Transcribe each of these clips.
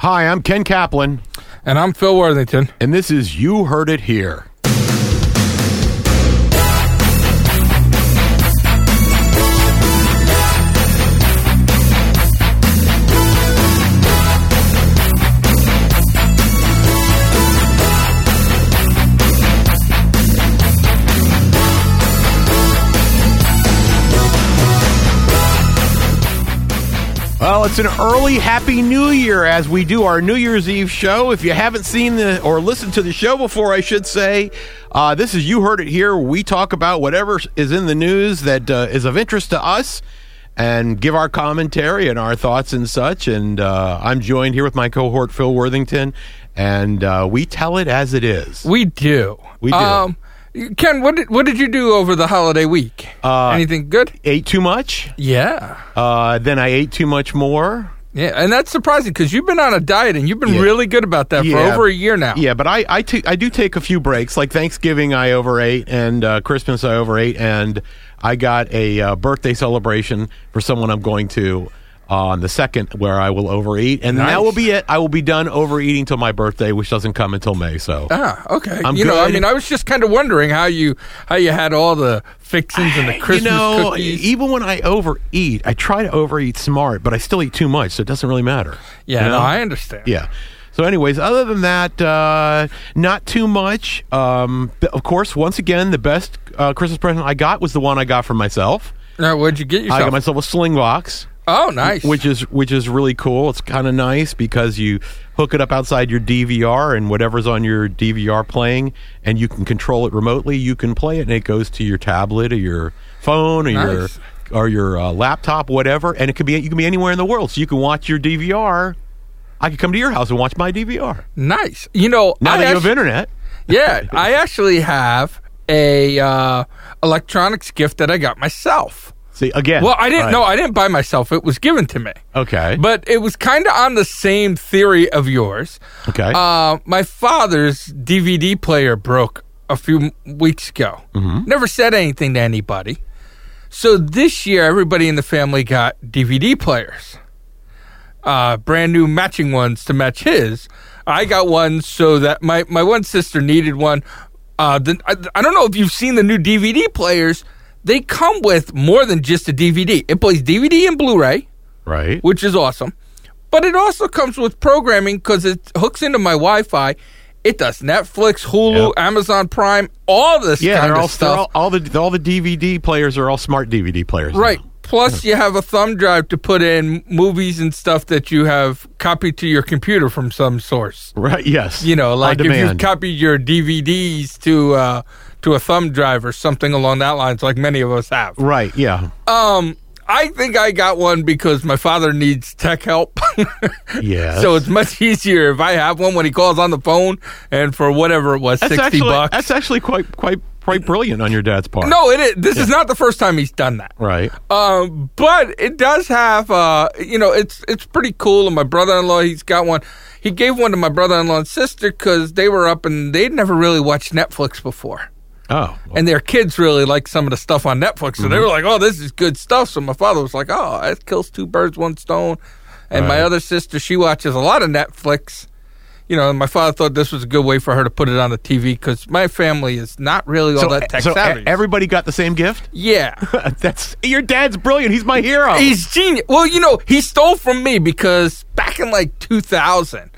Hi, I'm Ken Kaplan, And I'm Phil Worthington. and this is You Heard It Here. Well, it's an early Happy New Year as we do our New Year's Eve show. If you haven't seen the or listened to the show before, I should say, uh, this is You Heard It Here. We talk about whatever is in the news that uh, is of interest to us and give our commentary and our thoughts and such. And uh, I'm joined here with my cohort, Phil Worthington, and uh, we tell it as it is. We do. We do. Um, Ken, what did, what did you do over the holiday week? Uh, Anything good? Ate too much, Yeah. uh, then I ate too much more. Yeah, and that's surprising because you've been on a diet and you've been really good about that for Yeah. over a year now. Yeah, but I I ta- I do take a few breaks. Like Thanksgiving, I overate, and uh, Christmas, I overate, and I got a uh, birthday celebration for someone I'm going to on the second, where I will overeat, and that Nice. will be it. I will be done overeating till my birthday, which doesn't come until May. So Ah, okay. I'm you know, I good. mean, I was just kind of wondering how you how you had all the fixings and the Christmas you know, cookies. even when I overeat, I try to overeat smart, but I still eat too much, so it doesn't really matter. yeah, you know? no, I understand. Yeah. So, anyways, other than that, uh, not too much. Um, th- of course, once again, the best uh, Christmas present I got was the one I got for myself. Now, what'd you get I yourself? got myself a sling box, oh, nice. which is which is really cool. It's kind of nice because you hook it up outside your DVR and whatever's on your DVR playing, and you can control it remotely. You can play it, and it goes to your tablet or your phone or your Nice. or your uh, laptop, whatever. And it could be you can be anywhere in the world, so you can watch your DVR. I could come to your house and watch my DVR. nice. You know, Now I that you actu- have internet. yeah, I actually have a uh, electronics gift that I got myself. See again. Well, I didn't right. know. I didn't buy myself. It was given to me. Okay. But it was kind of on the same theory of yours. okay. Uh, my father's DVD player broke a few m- weeks ago. Never said anything to anybody. So this year, everybody in the family got DVD players, uh, brand new matching ones to match his. I got one so that my, my one sister needed one. Uh, the, I, I don't know if you've seen the new DVD players. They come with more than just a DVD. It plays DVD and Blu-ray right. which is awesome. But it also comes with programming because it hooks into my Wi-Fi. It does Netflix, Hulu, Yep. Amazon Prime, all this Yeah, kind they're of all, they're stuff. all all the all the DVD players are all smart DVD players. now. right. Plus, you have a thumb drive to put in movies and stuff that you have copied to your computer from some source. Right. Yes. You know, On like if you demand. copied your DVDs to uh, to a thumb drive or something along that lines, like many of us have. right. Yeah. Um, I think I got one because my father needs tech help. Yes. So it's much easier if I have one when he calls on the phone and for whatever it was, that's sixty actually bucks. that's actually quite quite quite brilliant on your dad's part. no, it is. This is not the first time he's done that. Right. Um, but it does have, uh, you know, it's it's pretty cool. And my brother-in-law, he's got one. He gave one to my brother-in-law and sister because they were up and they'd never really watched Netflix before. Oh. and their kids really like some of the stuff on Netflix. So Mm-hmm. they were like, "Oh, this is good stuff." So my father was like, "Oh, that kills two birds, one stone." And my Right. other sister, she watches a lot of Netflix. You know, and my father thought this was a good way for her to put it on the TV because my family is not really all so that tech so savvy. e- everybody got the same gift. yeah. that's your dad's brilliant. He's my hero. He's genius. Well, you know, he stole from me because back in like 2000,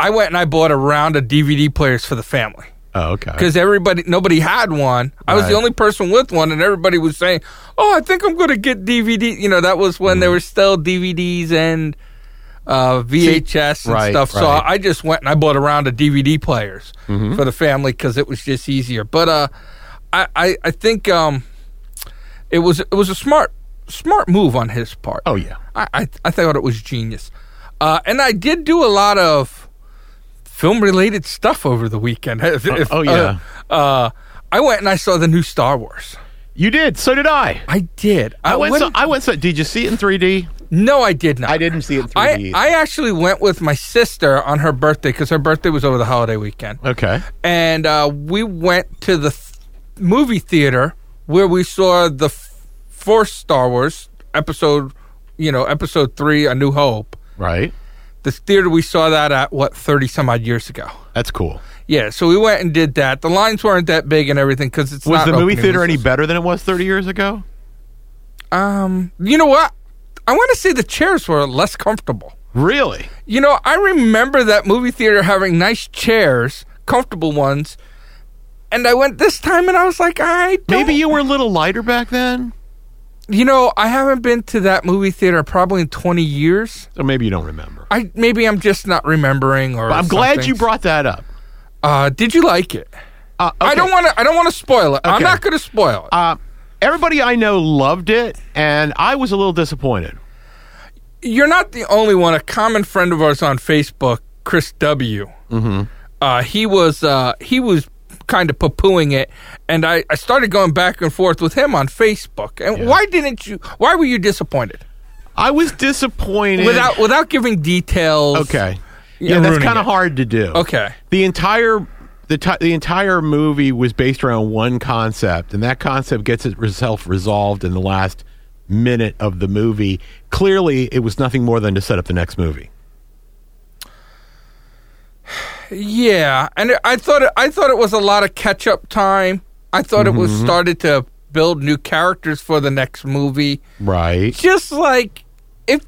I went and I bought a round of DVD players for the family. oh, okay. because everybody nobody had one. I was the Right. only person with one, and everybody was saying, "Oh, I think I'm going to get DVD." You know, that was when Mm. there were still DVDs and uh, VHS and right, stuff. So right. Mm-hmm. I just went and I bought a round of DVD players for the family because it was just easier. But uh, I, I I think um, it was it was a smart smart move on his part. Oh yeah. I, I, I thought it was genius. Uh, and I did do a lot of film related stuff over the weekend. If- if- oh, yeah. Uh, uh, I went and I saw the new Star Wars. You did. So did I. I Uh, did. I went. wouldn't- So, I went. So, did you see it in 3D? no, I did not. didn't see it in I, I actually went with my sister on her birthday because her birthday was over the holiday weekend. okay. And uh, we went to the th- movie theater where we saw the f- first Star Wars episode, you know, episode three, A New Hope. Right. The theater we saw that at what thirty some odd years ago. That's cool. Yeah, so we went and did that. The lines weren't that big and everything because it's Was not the movie opening theater any weekends. better than it was 30 years ago? Um, you know what? I want to say the chairs were less comfortable. Really? You know, I remember that movie theater having nice chairs, comfortable ones, and I went this time and I was like, I don't- Maybe you were a little lighter back then? You know, I haven't been to that movie theater probably in twenty years. Or maybe you don't remember. I maybe I'm just not remembering or But I'm glad something. you brought that up. Uh, did you like it? Uh, I don't okay. want to. I don't want to spoil it. I'm Okay. not going to spoil it. Uh, everybody I know loved it, and I was a little disappointed. You're not the only one. A common friend of ours on Facebook, Chris W. Mm-hmm. Uh, he was uh, he was kind of poo-pooing it, and I, I started going back and forth with him on Facebook. And Yeah. why didn't you? Why were you disappointed? I was disappointed. Without without giving details. okay, You're yeah, that's ruining kind it. of hard to do. Okay. the entire the ti the entire movie was based around one concept, and that concept gets itself resolved in the last minute of the movie. Clearly, it was nothing more than to set up the next movie. Yeah, and it, I thought it, I thought it was a lot of catch-up time. I thought it Mm-hmm. was started to build new characters for the next movie. Right. just like if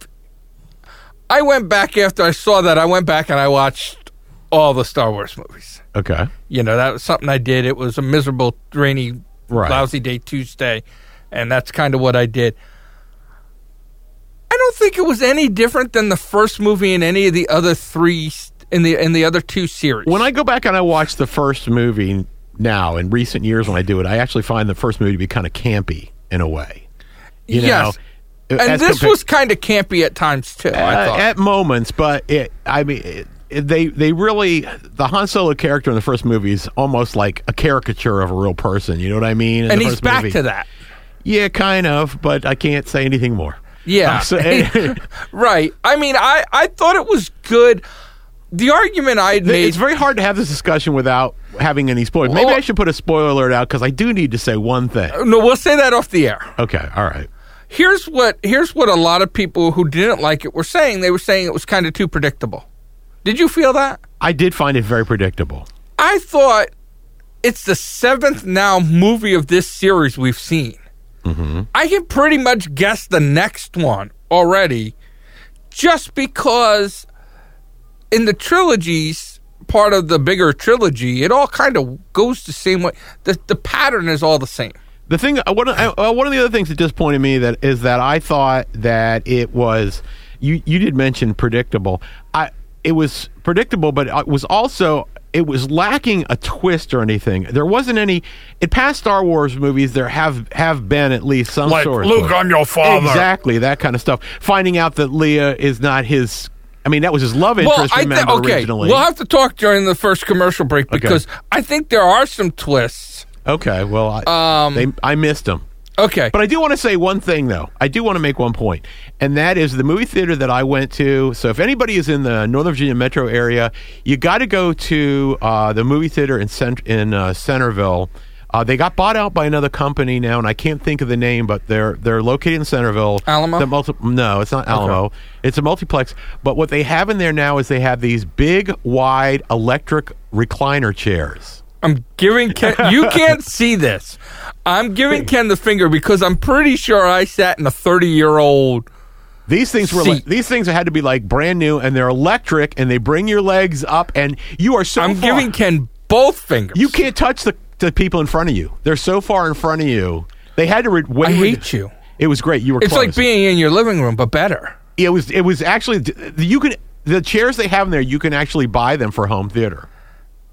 I went back after I saw that, I went back and I watched all the Star Wars movies. Okay. You know, that was something I did. It was a miserable, rainy, Right. lousy day Tuesday, and that's kind of what I did. I don't think it was any different than the first movie in any of the other three s- in the in the other two series. When I go back and I watch the first movie now in recent years, when I do it, I actually find the first movie to be kind of campy in a way. You Yes. know, Uh, and as this compa- was kind of campy at times too. I Uh, thought. at moments, but it, I mean, it, it- they they really the Han Solo character in the first movie is almost like a caricature of a real person. You know what I mean? In and the he's first back movie. to that. Yeah, kind of, but I can't say anything more. Yeah. Uh, so- it- Right. I mean, I, I thought it was good. The argument I would made. it's very hard to have this discussion without having any spoilers. Maybe Well- I should put a spoiler alert out because I do need to say one thing. no, we'll say that off the air. Okay, all right. Here's what here's what a lot of people who didn't like it were saying. They were saying it was kind of too predictable. Did you feel that? I did find it very predictable. I thought it's the seventh now movie of this series we've seen. Mm-hmm. I can pretty much guess the next one already, just because in the trilogies, part of the bigger trilogy, it all kind of goes the same way. The, the pattern is all the same. The thing, uh, one, of- uh, one of the other things that disappointed me that is that I thought that it was, you, you did mention predictable. I, it was predictable, but it was also, it was lacking a twist or anything. There wasn't any, in past Star Wars movies, there have, have been at least some sort of. twist. your Exactly, that kind of stuff. Finding out that Leah is not his, I mean, that was his love interest, Well, I think remember, okay. originally. We'll have to talk during the first commercial break because I think there are some twists. okay, well, I, Um, they, I missed him. Okay, But I do want to say one thing, though. I do want to make one point, and that is the movie theater that I went to. So, if anybody is in the Northern Virginia metro area, you got to go to uh, the movie theater in Cent- in uh, Centerville. Uh, they got bought out by another company now, and I can't think of the name, but they're they're located in Centerville. Alamo? The multi- no, it's not Alamo. It's a multiplex. But what they have in there now is they have these big, wide electric recliner chairs. I'm giving Ken. you can't see this. I'm giving Ken the finger because I'm pretty sure I sat in a 30 year old. These things were like, Seat. these things had to be like brand new, and they're electric, and they bring your legs up, and you are so. I'm far- giving Ken both fingers. you can't touch the, the people in front of you. They're so far in front of you. They had to. Re- I wayward- hate you. It was great. You were. It's like close. being in your living room, but better. It was. It was actually. You can the chairs they have in there. You can actually buy them for home theater,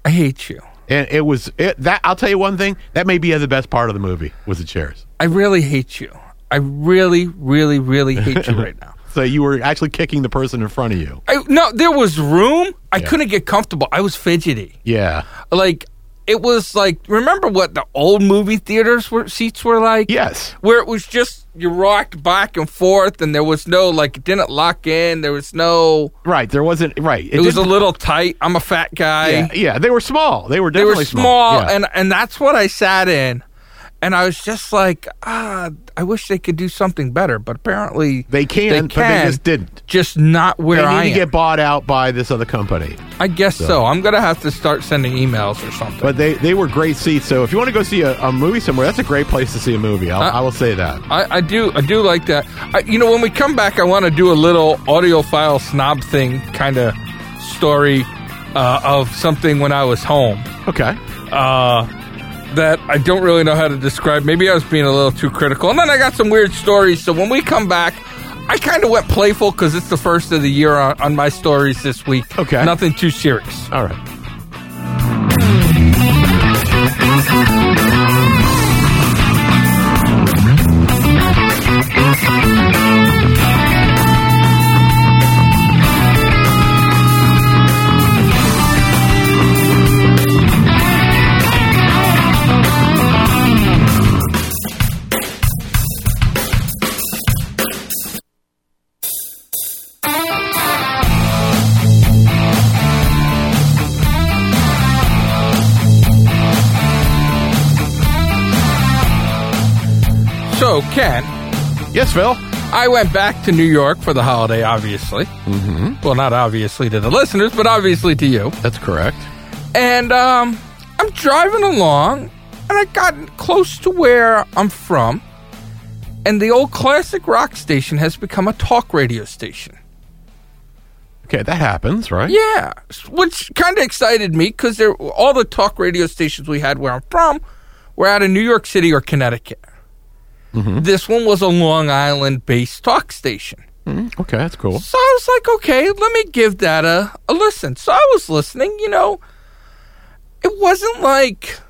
I hate you. and it was it, that. I'll tell you one thing. That may be the best part of the movie was the chairs. I really hate you. I really, really, really hate you right now. So you were actually kicking the person in front of you. I, no, there was room. I couldn't get comfortable. I was fidgety. Yeah. Like it was like remember what the old movie theaters were seats were like? Yes. where it was just you rocked back and forth and there was no like it didn't lock in there was no Right. There wasn't. Right. it was a didn't- little tight i'm a fat guy Yeah, yeah, they were small. They were they definitely were small Yeah. and and that's what i sat in And I was just like, ah, I wish they could do something better, but apparently They can, they but they can, just didn't. Just not where They need I to am. get bought out by this other company. I guess so. I'm gonna have to start sending emails or something. But they, they were great seats. So if you want to go see a, a movie somewhere, that's a great place to see a movie. I'll, I will say that. I, I do I do like that. I, you know, when we come back, I want to do a little audiophile snob thing kind of story uh, of something when I was home Okay. uh, that I don't really know how to describe. Maybe I was being a little too critical, and then I got some weird stories. So when we come back. I kind of went playful because it's the first of the year on, on my stories this week. Okay. Nothing too serious. All right. So, Ken, Yes, Phil. I went back to New York for the holiday, obviously. Mm-hmm. Well, not obviously to the listeners, but obviously to you. That's correct. And um, I'm driving along, and I got close to where I'm from, and the old classic rock station has become a talk radio station. Okay, that happens, right? Yeah, which kind of excited me because there all the talk radio stations we had where I'm from were out of New York City or Connecticut. Mm-hmm. This one was a Long Island-based talk station. Mm, okay, that's cool. So I was like, okay, let me give that a, a listen. So I was listening, you know, it wasn't like,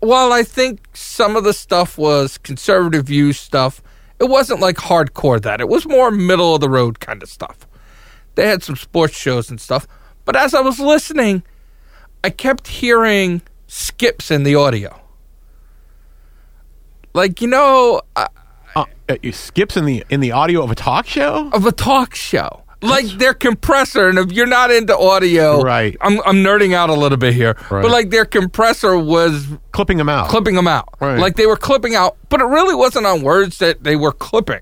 while I think some of the stuff was conservative view stuff, it wasn't like hardcore that. It was more middle of the road kind of stuff. They had some sports shows and stuff. But as I was listening, I kept hearing skips in the audio. Like, you know, I, Uh, it skips in the in the audio of a talk show. of a talk show. Like their compressor, and if you're not into audio, Right. I'm I'm nerding out a little bit here, Right. but like their compressor was Clipping them out. clipping them out, Right. like they were clipping out, but it really wasn't on words that they were clipping.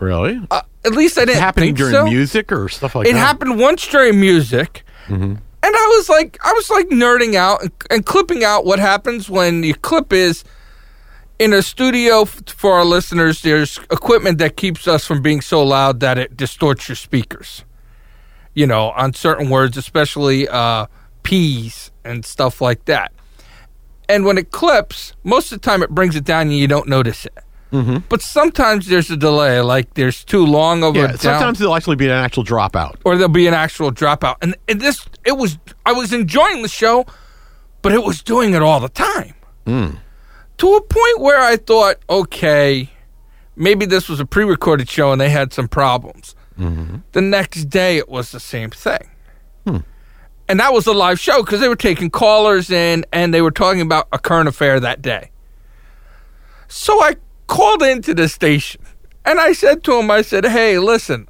really? Uh, at least I didn't happening think during so. music or stuff like It that. Mm-hmm. happened once during music, and I was like, I was like nerding out and, and clipping out. What happens when you clip is in a studio f- for our listeners. There's equipment that keeps us from being so loud that it distorts your speakers. You know, on certain words, especially uh, P's and stuff like that. And when it clips, most of the time it brings it down and you don't notice it. Mm-hmm. But sometimes there's a delay, like there's too long of a Yeah. down Sometimes there'll actually be an actual dropout. or there'll be an actual dropout. And, and this, it was, I was enjoying the show, but it was doing it all the time. To a point where I thought, okay, maybe this was a pre recorded show and they had some problems. The next day, it was the same thing. And that was a live show because they were taking callers in and they were talking about a current affair that day. So I called into the station and I said to him, I said, hey, listen,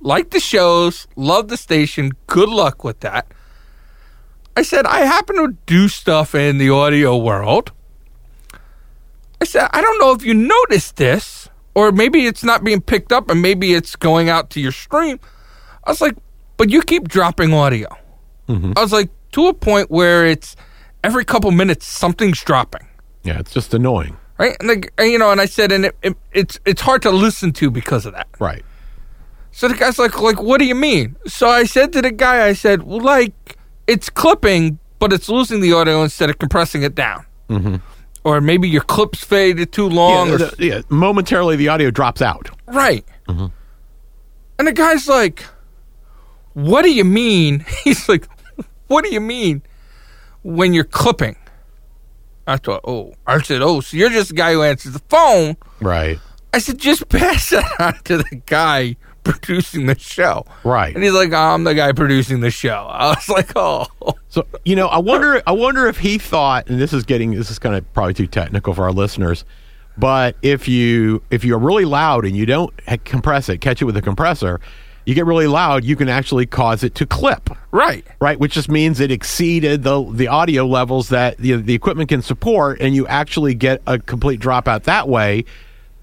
like the shows, love the station, good luck with that. I said, I happen to do stuff in the audio world. I said, I don't know if you noticed this, or maybe it's not being picked up, and maybe it's going out to your stream. I was like, but you keep dropping audio. I was like, to a point where it's every couple minutes something's dropping Yeah, it's just annoying. right? And like and, you know, and I said, and it, it, it's it's hard to listen to because of that. Right. So the guy's like, like, what do you mean? So I said to the guy, I said, well, like, it's clipping, but it's losing the audio instead of compressing it down. Mm-hmm. Or maybe your clips faded too long. Yeah, or, the- Mm-hmm. yeah, momentarily the audio drops out. right. And the guy's like, what do you mean? He's like, what do you mean when you're clipping? I thought, oh, I said, oh, so you're just the guy who answers the phone. Right. I said, just pass that on to the guy producing the show. Right. And he's like, I'm the guy producing the show. I was like, oh. So you know, I wonder. I wonder if he thought, and this is getting this is kind of probably too technical for our listeners, but if you if you're really loud and you don't ha- compress it, catch it with a compressor, you get really loud, you can actually cause it to clip. Right. Right, which just means it exceeded the the audio levels that the, the equipment can support, and you actually get a complete dropout that way.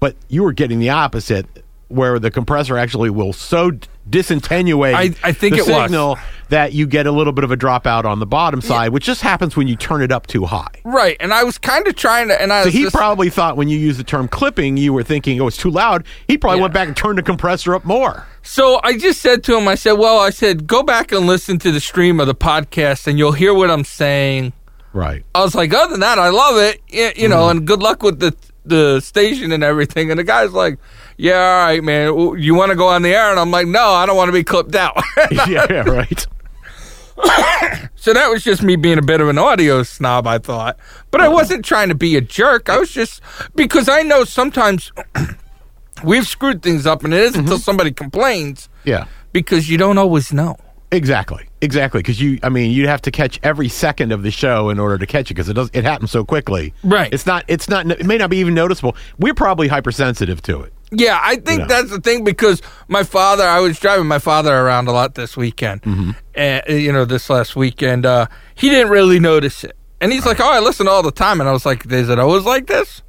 But you were getting the opposite, where the compressor actually will so d- disintenuate I- I think the it was. signal that you get a little bit of a dropout on the bottom side, which just happens when you turn it up too high. Right. And I was kind of trying to, and I So was he just- probably thought when you used the term clipping, you were thinking, oh, it's too loud. He probably Yeah. went back and turned the compressor up more. So I just said to him, I said, well, I said, go back and listen to the stream of the podcast and you'll hear what I'm saying. Right. I was like, other than that, I love it. y- You know, Mm-hmm. and good luck with the the station and everything. And the guy's like, yeah, all right, man. W- You want to go on the air? And I'm like, no, I don't want to be clipped out. yeah, yeah, right. so that was just me being a bit of an audio snob, I thought. But I wasn't trying to be a jerk. I was just, because I know sometimes we've screwed things up and it isn't until somebody complains Yeah. because you don't always know. Exactly. Exactly. Because you, I mean, you'd have to catch every second of the show in order to catch it because it does. It happens so quickly. Right. It's not. It's not. It may not be even noticeable. We're probably hypersensitive to it. Yeah, I think know. that's the thing because my father, I was driving my father around a lot this weekend, Mm-hmm. and you know, this last weekend, uh, he didn't really notice it, and he's like, "Oh, I listen all the time," and I was like, "Is it always like this?"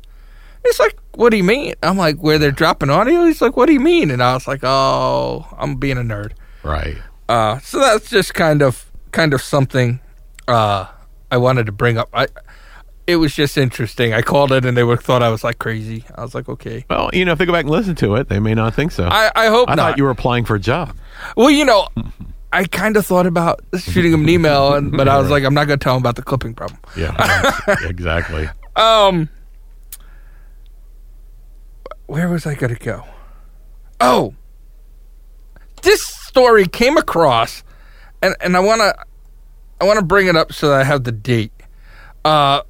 It's like, "What do you mean?" I'm like, "Where they're dropping audio?" He's like, "What do you mean?" And I was like, "Oh, I'm being a nerd." Right. Uh, so that's just kind of kind of something uh, I wanted to bring up. I it was just interesting. I called it, and they were thought I was like crazy. I was like, "Okay." Well, you know, if they go back and listen to it, they may not think so. I, I hope I not. thought you were applying for a job. Well, you know, I kind of thought about shooting him an email, and, but I was like, I'm not going to tell him about the clipping problem. Yeah. exactly. Um, where was I going to go? Oh, this story came across, and and I want to, I want to bring it up so that I have the date. Uh,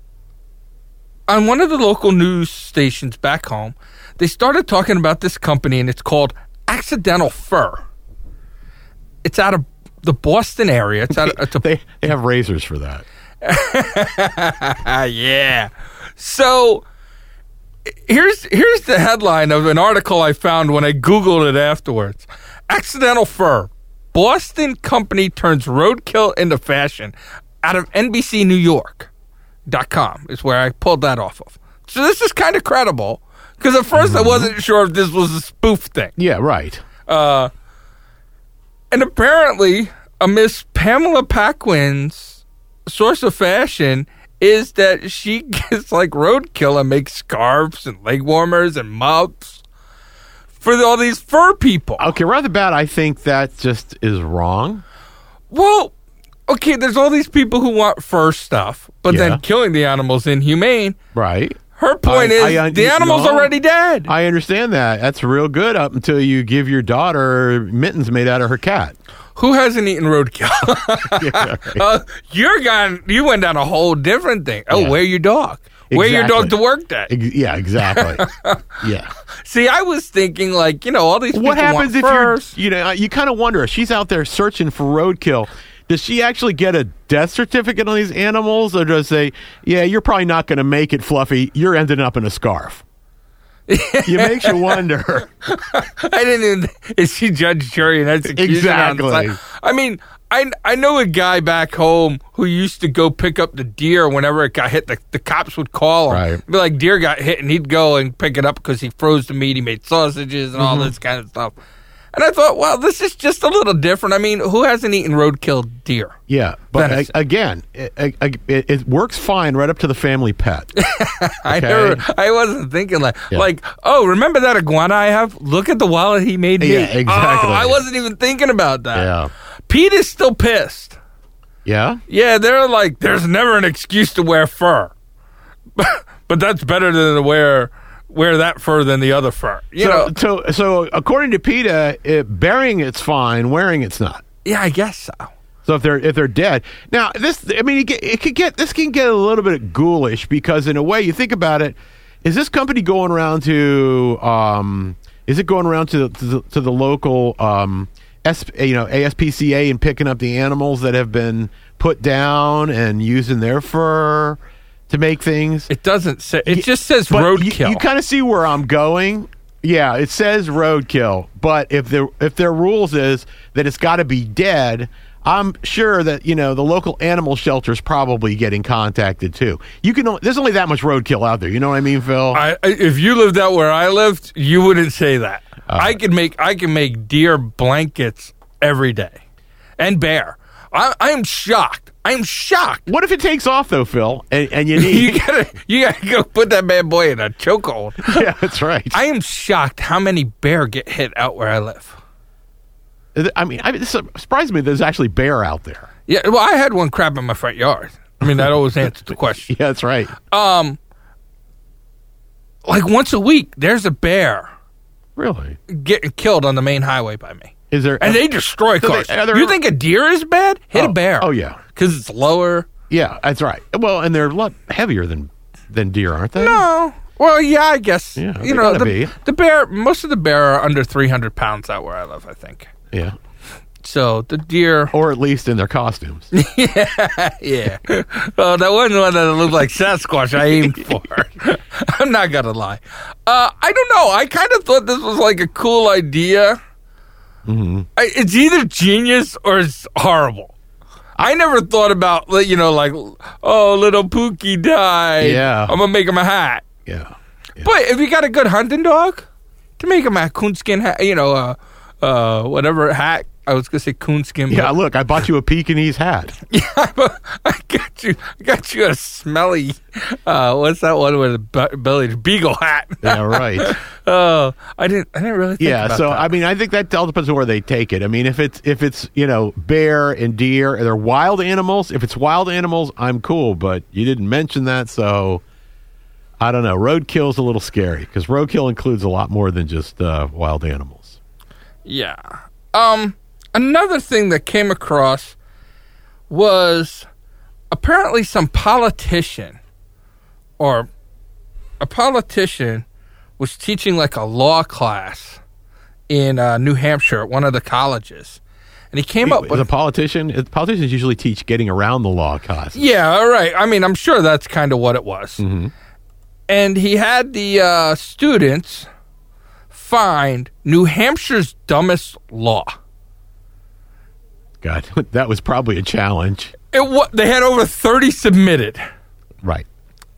on one of the local news stations back home, they started talking about this company, and it's called Accidental Fur. It's out of the Boston area. It's out. Of, it's a They they have razors for that. Ah, yeah. So here's here's the headline of an article I found when I googled it afterwards. Accidental fur. Boston company turns roadkill into fashion out of NBC New York. Dot com is where I pulled that off of. So this is kind of credible because at 1st I wasn't sure if this was a spoof thing. Yeah. Right. Uh, And apparently, a Miss Pamela Paquin's source of fashion is that she gets like roadkill and makes scarves and leg warmers and muffs for all these fur people. Okay. Rather bad. I think that just is wrong. Well, okay, there's all these people who want fur stuff, but Yeah. then killing the animals inhumane. Right. Her point I- is I- the you animal's know, already dead. I understand that. That's real good up until you give your daughter mittens made out of her cat. who hasn't eaten roadkill? Yeah, uh, you're gone. You went down a whole different thing. Oh, Yeah. wear your dog. Wear your dog Exactly. E to work day. Ex- yeah, exactly. yeah. See, I was thinking like, you know, all these What people happens want if furs. you you know you kind of wonder if she's out there searching for roadkill. Does she actually get a death certificate on these animals, or does they? Yeah, you're probably not going to make it, Fluffy. You're ending up in a scarf. it makes you wonder. I didn't even is she judge, jury, and executioner? on the Exactly. side? I mean, I I know a guy back home who used to go pick up the deer whenever it got hit. The, the cops would call him, Right. be like, "Deer got hit," and he'd go and pick it up because he froze the meat. He made sausages and all Mm-hmm. this kind of stuff. And I thought, well, this is just a little different. I mean, who hasn't eaten roadkill deer? Yeah, but Venison. a- again, it, it, it works fine right up to the family pet. I Okay. never, I wasn't thinking like, Yeah. like, oh, remember that iguana I have? Look at the wallet he made me. Yeah, exactly. Oh, I wasn't even thinking about that. Yeah. Pete is still pissed. Yeah. Yeah, they're like, there's never an excuse to wear fur, but that's better than to wear wear that fur than the other fur. You so, know? so, so according to PETA, it, burying it's fine, wearing it's not. Yeah, I guess so. So if they're if they're dead now, this I mean, it, get- it could get this can get a little bit ghoulish because in a way you think about it, is this company going around to um, is it going around to the, to the, to the local um, S, you know ASPCA and picking up the animals that have been put down and using their fur to make things? It doesn't say. It just says But you- roadkill. You, kind of see where I'm going. Yeah, it says roadkill, but if the if their rules is that it's got to be dead, I'm sure that you know the local animal shelter is probably getting contacted too. You can only, there's only that much roadkill out there. You know what I mean, Phil? I, I- if you lived out where I lived, you wouldn't say that. Oh. I could make I can make deer blankets every day, and bear. I, I am shocked. I am shocked. what if it takes off though, Phil? And, and you need You gotta you gotta go put that bad boy in a chokehold. yeah, that's right. I am shocked how many bear get hit out where I live. I mean, I mean, it surprised me. There's actually bear out there. Yeah, well, I had one crab in my front yard. I mean, that always answers the question. Yeah, that's right. Um, like once a week, there's a bear Really? getting killed on the main highway by me. Is there? and they destroy they- cars. are there- you think a deer is bad? Hit Oh, a bear. oh, yeah. because it's lower. yeah, that's right. Well, and they're a lot heavier than than deer, aren't they? No, Oh, well, yeah, I guess. Yeah, they you know, gotta the, be. the bear. Most of the bear are under three hundred pounds out where I live. I think. Yeah, So the deer, or at least in their costumes. yeah. oh, that wasn't one that looked like Sasquatch. I aimed for. I'm not gonna lie. Uh, I don't know. I kind of thought this was like a cool idea. Mhm. I, it's either genius or it's horrible. I never thought about, like, you know, like, oh, little Pookie died. Yeah. I'm going to make him a hat. yeah. Yeah. But if you got a good hunting dog, to make him a coonskin hat, you know, uh, uh, whatever hat. I was going to say coonskin. Yeah, look, I bought you a Pekingese hat. But yeah, I got you. I got you a smelly, uh, what's that one with a be- belly? Beagle hat. Yeah, right. Oh, I didn't, I didn't really think Yeah, about so that. I mean, I think that all depends on where they take it. I mean, if it's if it's you know bear and deer, and they're wild animals. If it's wild animals, I'm cool. But you didn't mention that, so I don't know. Roadkill's a little scary because roadkill includes a lot more than just uh, wild animals. Yeah. Um another thing that came across was apparently some politician or a politician was teaching like a law class in uh, New Hampshire at one of the colleges. And he came up As with a politician, uh, politicians usually teach getting around the law, cause Mm-hmm. Yeah, all right. I mean, I'm sure that's kind of what it was. And he had the uh, students find New Hampshire's dumbest law. God, that was probably a challenge, It wa- they had over 30 submitted. right?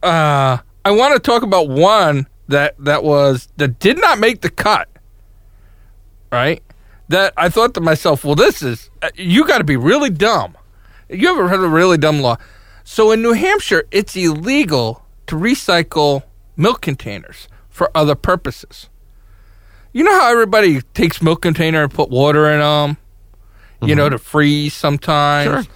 Uh, I want to talk about one that that was that did not make the cut. Right? That I thought to myself, well, this is uh, you got to be really dumb. You ever heard of a really dumb law? So in New Hampshire, it's illegal to recycle milk containers for other purposes. You know how everybody takes milk container and put water in them, you know, to freeze sometimes.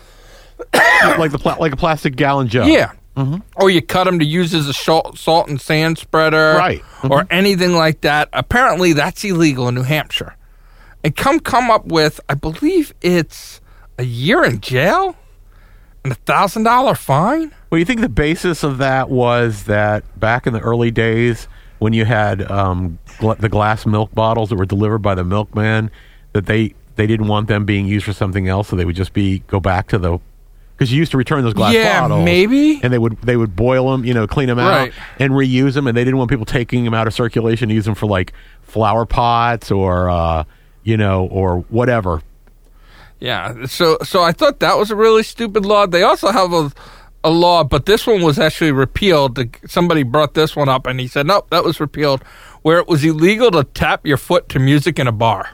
like the pla- like a plastic gallon jug. Yeah. Mm-hmm. Or you cut them to use as a salt, salt and sand spreader. Right. Mm-hmm. Or anything like that. Apparently, that's illegal in New Hampshire. And come come up with, I believe it's a year in jail and a $1,000 fine. Well, you think the basis of that was that back in the early days when you had um, gl- the glass milk bottles that were delivered by the milkman, that they they didn't want them being used for something else, so they would just be go back to the because you used to return those glass Yeah, bottles, maybe. and they would they would boil them, you know, clean them Right. out and reuse them, and they didn't want people taking them out of circulation to use them for like flower pots or uh, you know or whatever. Yeah. So so I thought that was a really stupid law. They also have a a law, but this one was actually repealed. The- Somebody brought this one up and he said, "Nope, that was repealed where it was illegal to tap your foot to music in a bar."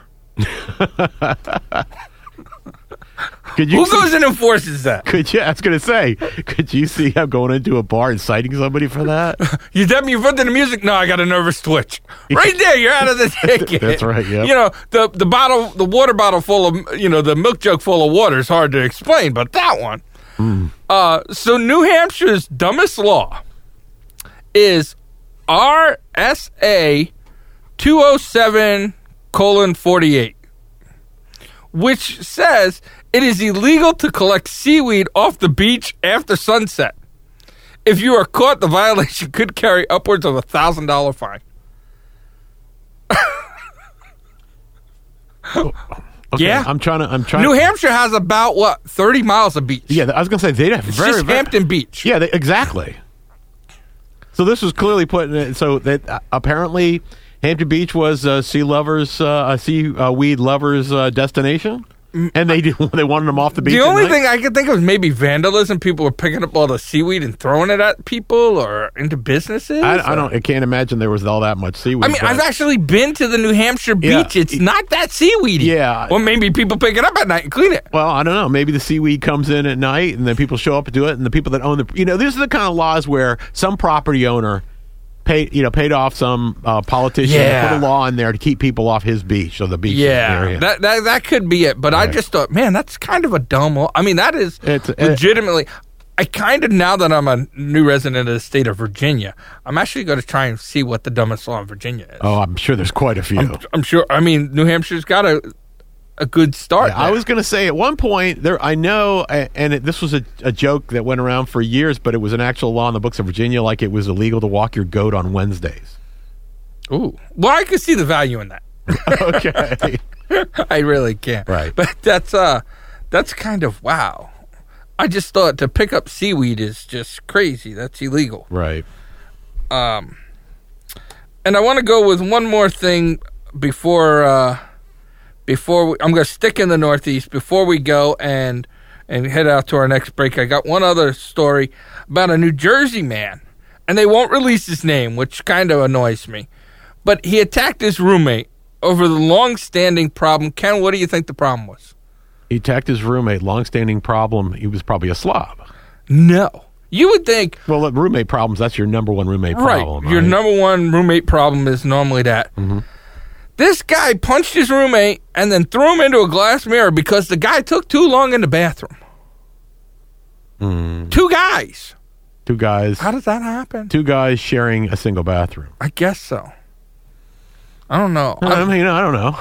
Could you Who goes and enforces that? could you? I was going to say, could you see how going into a bar and citing somebody for that? You dab your foot to the music. No, I got a nervous twitch. Right there, you're out of the ticket. That's right, yep. You know the the bottle, the water bottle full of you know the milk jug full of water is hard to explain, but that one. Mm. Uh, so New Hampshire's dumbest law is RSA two hundred seven colon forty eight, which says it is illegal to collect seaweed off the beach after sunset. If you are caught, the violation could carry upwards of a thousand dollar fine. Okay, Yeah. I'm trying to. I'm trying. New Hampshire has about what thirty miles of beach. Yeah, I was gonna say they have it's very, just very- Hampton Beach. Yeah, they, exactly. So this was clearly put. In, so that uh, apparently Hampton Beach was uh, sea lovers, uh, uh, sea uh, weed lovers uh, destination, and they did, they wanted them off the beach. Mm, The at only night? thing I could think of is maybe vandalism. People were picking up all the seaweed and throwing it at people or into businesses. I, I don't, I can't imagine there was all that much seaweed. I mean, but- I've actually been to the New Hampshire Yeah. beach. It's not that seaweedy. Yeah. Well, maybe people pick it up at night and clean it. Well, I don't know. Maybe the seaweed comes in at night, and then people show up and do it. And the people that own the, you know, these are the kind of laws where some property owner paid, you know, paid off some uh, politician Yeah. to put a law in there to keep people off his beach or the beach Yeah, area. that, that that could be it. But I Right. just thought, man, that's kind of a dumb. Law. I mean, that is It's- it- legitimately. I kind of now that I'm a new resident of the state of Virginia, I'm actually going to try and see what the dumbest law in Virginia is. oh, I'm sure there's quite a few. I'm sure. I mean, New Hampshire's got a a good start. Yeah, I there. was going to say at one point there. I know, a- and it, this was a, a joke that went around for years, but it was an actual law in the books of Virginia, like it was illegal to walk your goat on Wednesdays. Ooh. Well, I could see the value in that. okay, I really can't. Right. But that's uh that's kind of wow. I just thought to pick up seaweed is just crazy. That's illegal. right. Um, And I want to go with one more thing before uh before we, I'm going to stick in the northeast before we go and and head out to our next break. I got one other story about a New Jersey man. And they won't release his name, which kind of annoys me. But he attacked his roommate over the long-standing problem. Ken, what do you think the problem was? He attacked his roommate. Longstanding problem. He was probably a slob. No. You would think, Well, look, roommate problems, that's your number one roommate problem. Mm-hmm. right, your number one roommate problem is normally that. This guy punched his roommate and then threw him into a glass mirror because the guy took too long in the bathroom. Two guys. Mm. two guys How does that happen? two guys sharing a single bathroom. I guess so. I don't know. I I, mean, I don't know. Um,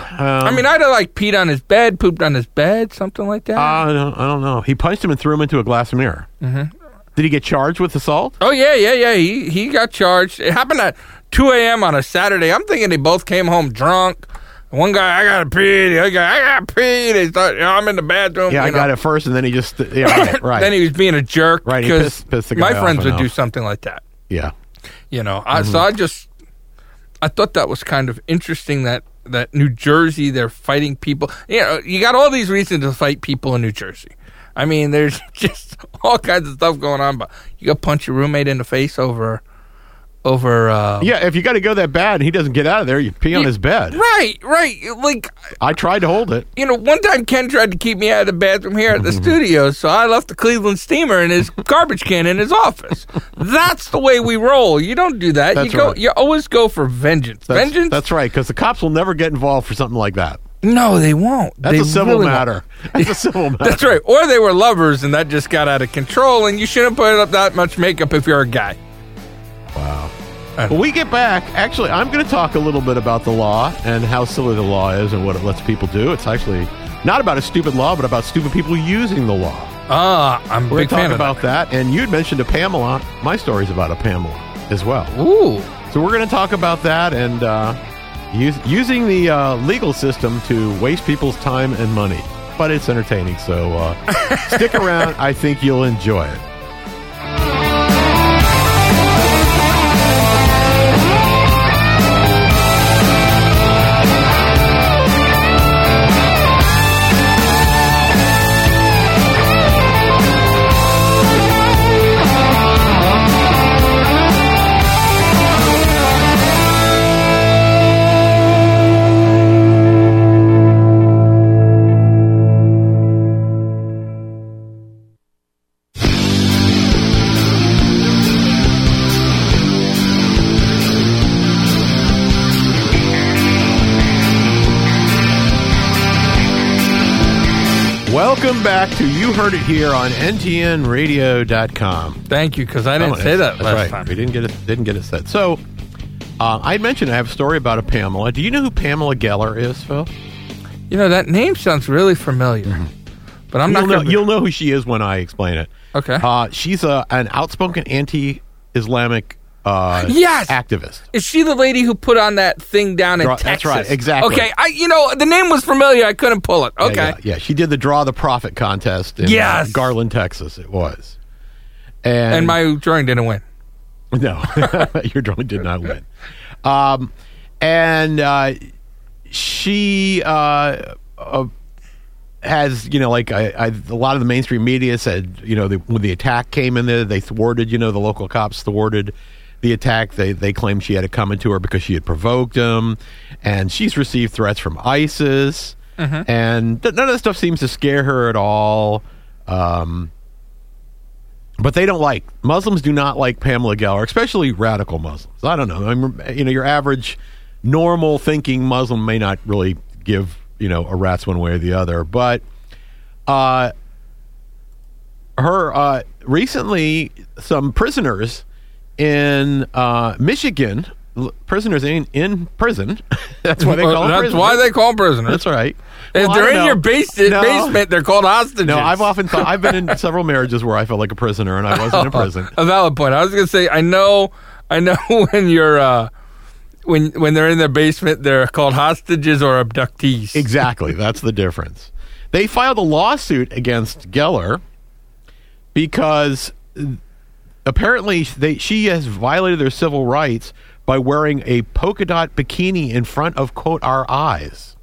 I mean, I'd have like peed on his bed, pooped on his bed, something like that. Um, I don't, I don't know. He punched him and threw him into a glass mirror. Mm-hmm. Did he get charged with assault? oh, yeah, yeah, yeah. He, he got charged. It happened at 2 a.m. on a Saturday. I'm thinking they both came home drunk. One guy, I gotta pee. The other guy, I gotta pee. They thought, you know, I'm in the bathroom. Yeah, I you know. got it first, and then he just yeah, right, right. Then he was being a jerk. Right, he 'cause pissed- pissed the My guy off friends would do enough. Mm-hmm. something like that. yeah. You know, I, so I just, I thought that was kind of interesting that that New Jersey they're fighting people. You know, you got all these reasons to fight people in New Jersey. I mean, there's just all kinds of stuff going on. But you got to punch your roommate in the face over, over. Uh, Yeah, if you got to go that bad and he doesn't get out of there, you pee on Yeah. his bed. Right, right. Like I tried to hold it. you know, one time Ken tried to keep me out of the bathroom here at the studio, so I left the Cleveland steamer in his garbage can in his office. That's the way we roll. You don't do that. That's you go. right. You always go for vengeance. That's, vengeance? That's right, because the cops will never get involved for something like that. no, they won't. That's They a civil really won't. matter. That's a civil matter. That's right. Or they were lovers, and that just got out of control. And you shouldn't put up that much makeup if you're a guy. When we get back, actually, I'm going to talk a little bit about the law and how silly the law is and what it lets people do. It's actually not about a stupid law, but about stupid people using the law. Ah, I'm a We're big going to fan talk of about that. And you'd mentioned a Pamela. My story's about a Pamela as well. that. Ooh, So we're going to talk about that and uh, use, using the uh, legal system to waste people's time and money. But it's entertaining, so uh, stick around. I think you'll enjoy it. Welcome back to You Heard It Here on NTNRadio.com. thank you, because I didn't Someone- say that That's last right. time. We didn't get it. Didn't get it said. So uh, I mentioned I have a story about a Pamela. Do you know who Pamela Geller is, Phil? You know that name sounds really familiar, Mm-hmm. but I'm You'll not. know, gonna be- you'll know who she is when I explain it. Okay. Uh, she's a, an outspoken anti-Islamic uh, Yes! activist. Is she the lady who put on that thing down in Right, that's Texas? right, exactly. Okay, I you know the name was familiar. I couldn't pull it. Okay, Yeah, yeah, yeah. She did the draw the profit contest in uh, Yes! Garland, Texas. It was. And, and my drawing didn't win. No, your drone did not win. Um, and uh, she uh, uh, has you know like I, I, a lot of the mainstream media said you know the, when the attack came in there they thwarted you know the local cops thwarted the attack they they claimed she had it coming to her because she had provoked them and she's received threats from ISIS and th- none of this stuff seems to scare her at all um, but they don't like Muslims do not like Pamela Geller especially radical Muslims I don't know I'm you know your average normal thinking Muslim may not really give you know a rat's one way or the other but uh her uh, recently some prisoners in uh, Michigan, l- prisoners in, in prison. that's why they call Well, them that's prisoners. why they call them prisoners. That's right. If Well, I they're in don't your know. base- No. basement, they're called hostages. No, I've often thought I've been in several marriages where I felt like a prisoner and I wasn't in prison. A valid point. I was gonna say, I know, I know when you're uh, when when they're in their basement, they're called hostages or abductees. Exactly. That's the difference. They filed a lawsuit against Geller because uh, apparently they, she has violated their civil rights by wearing a polka dot bikini in front of quote our eyes.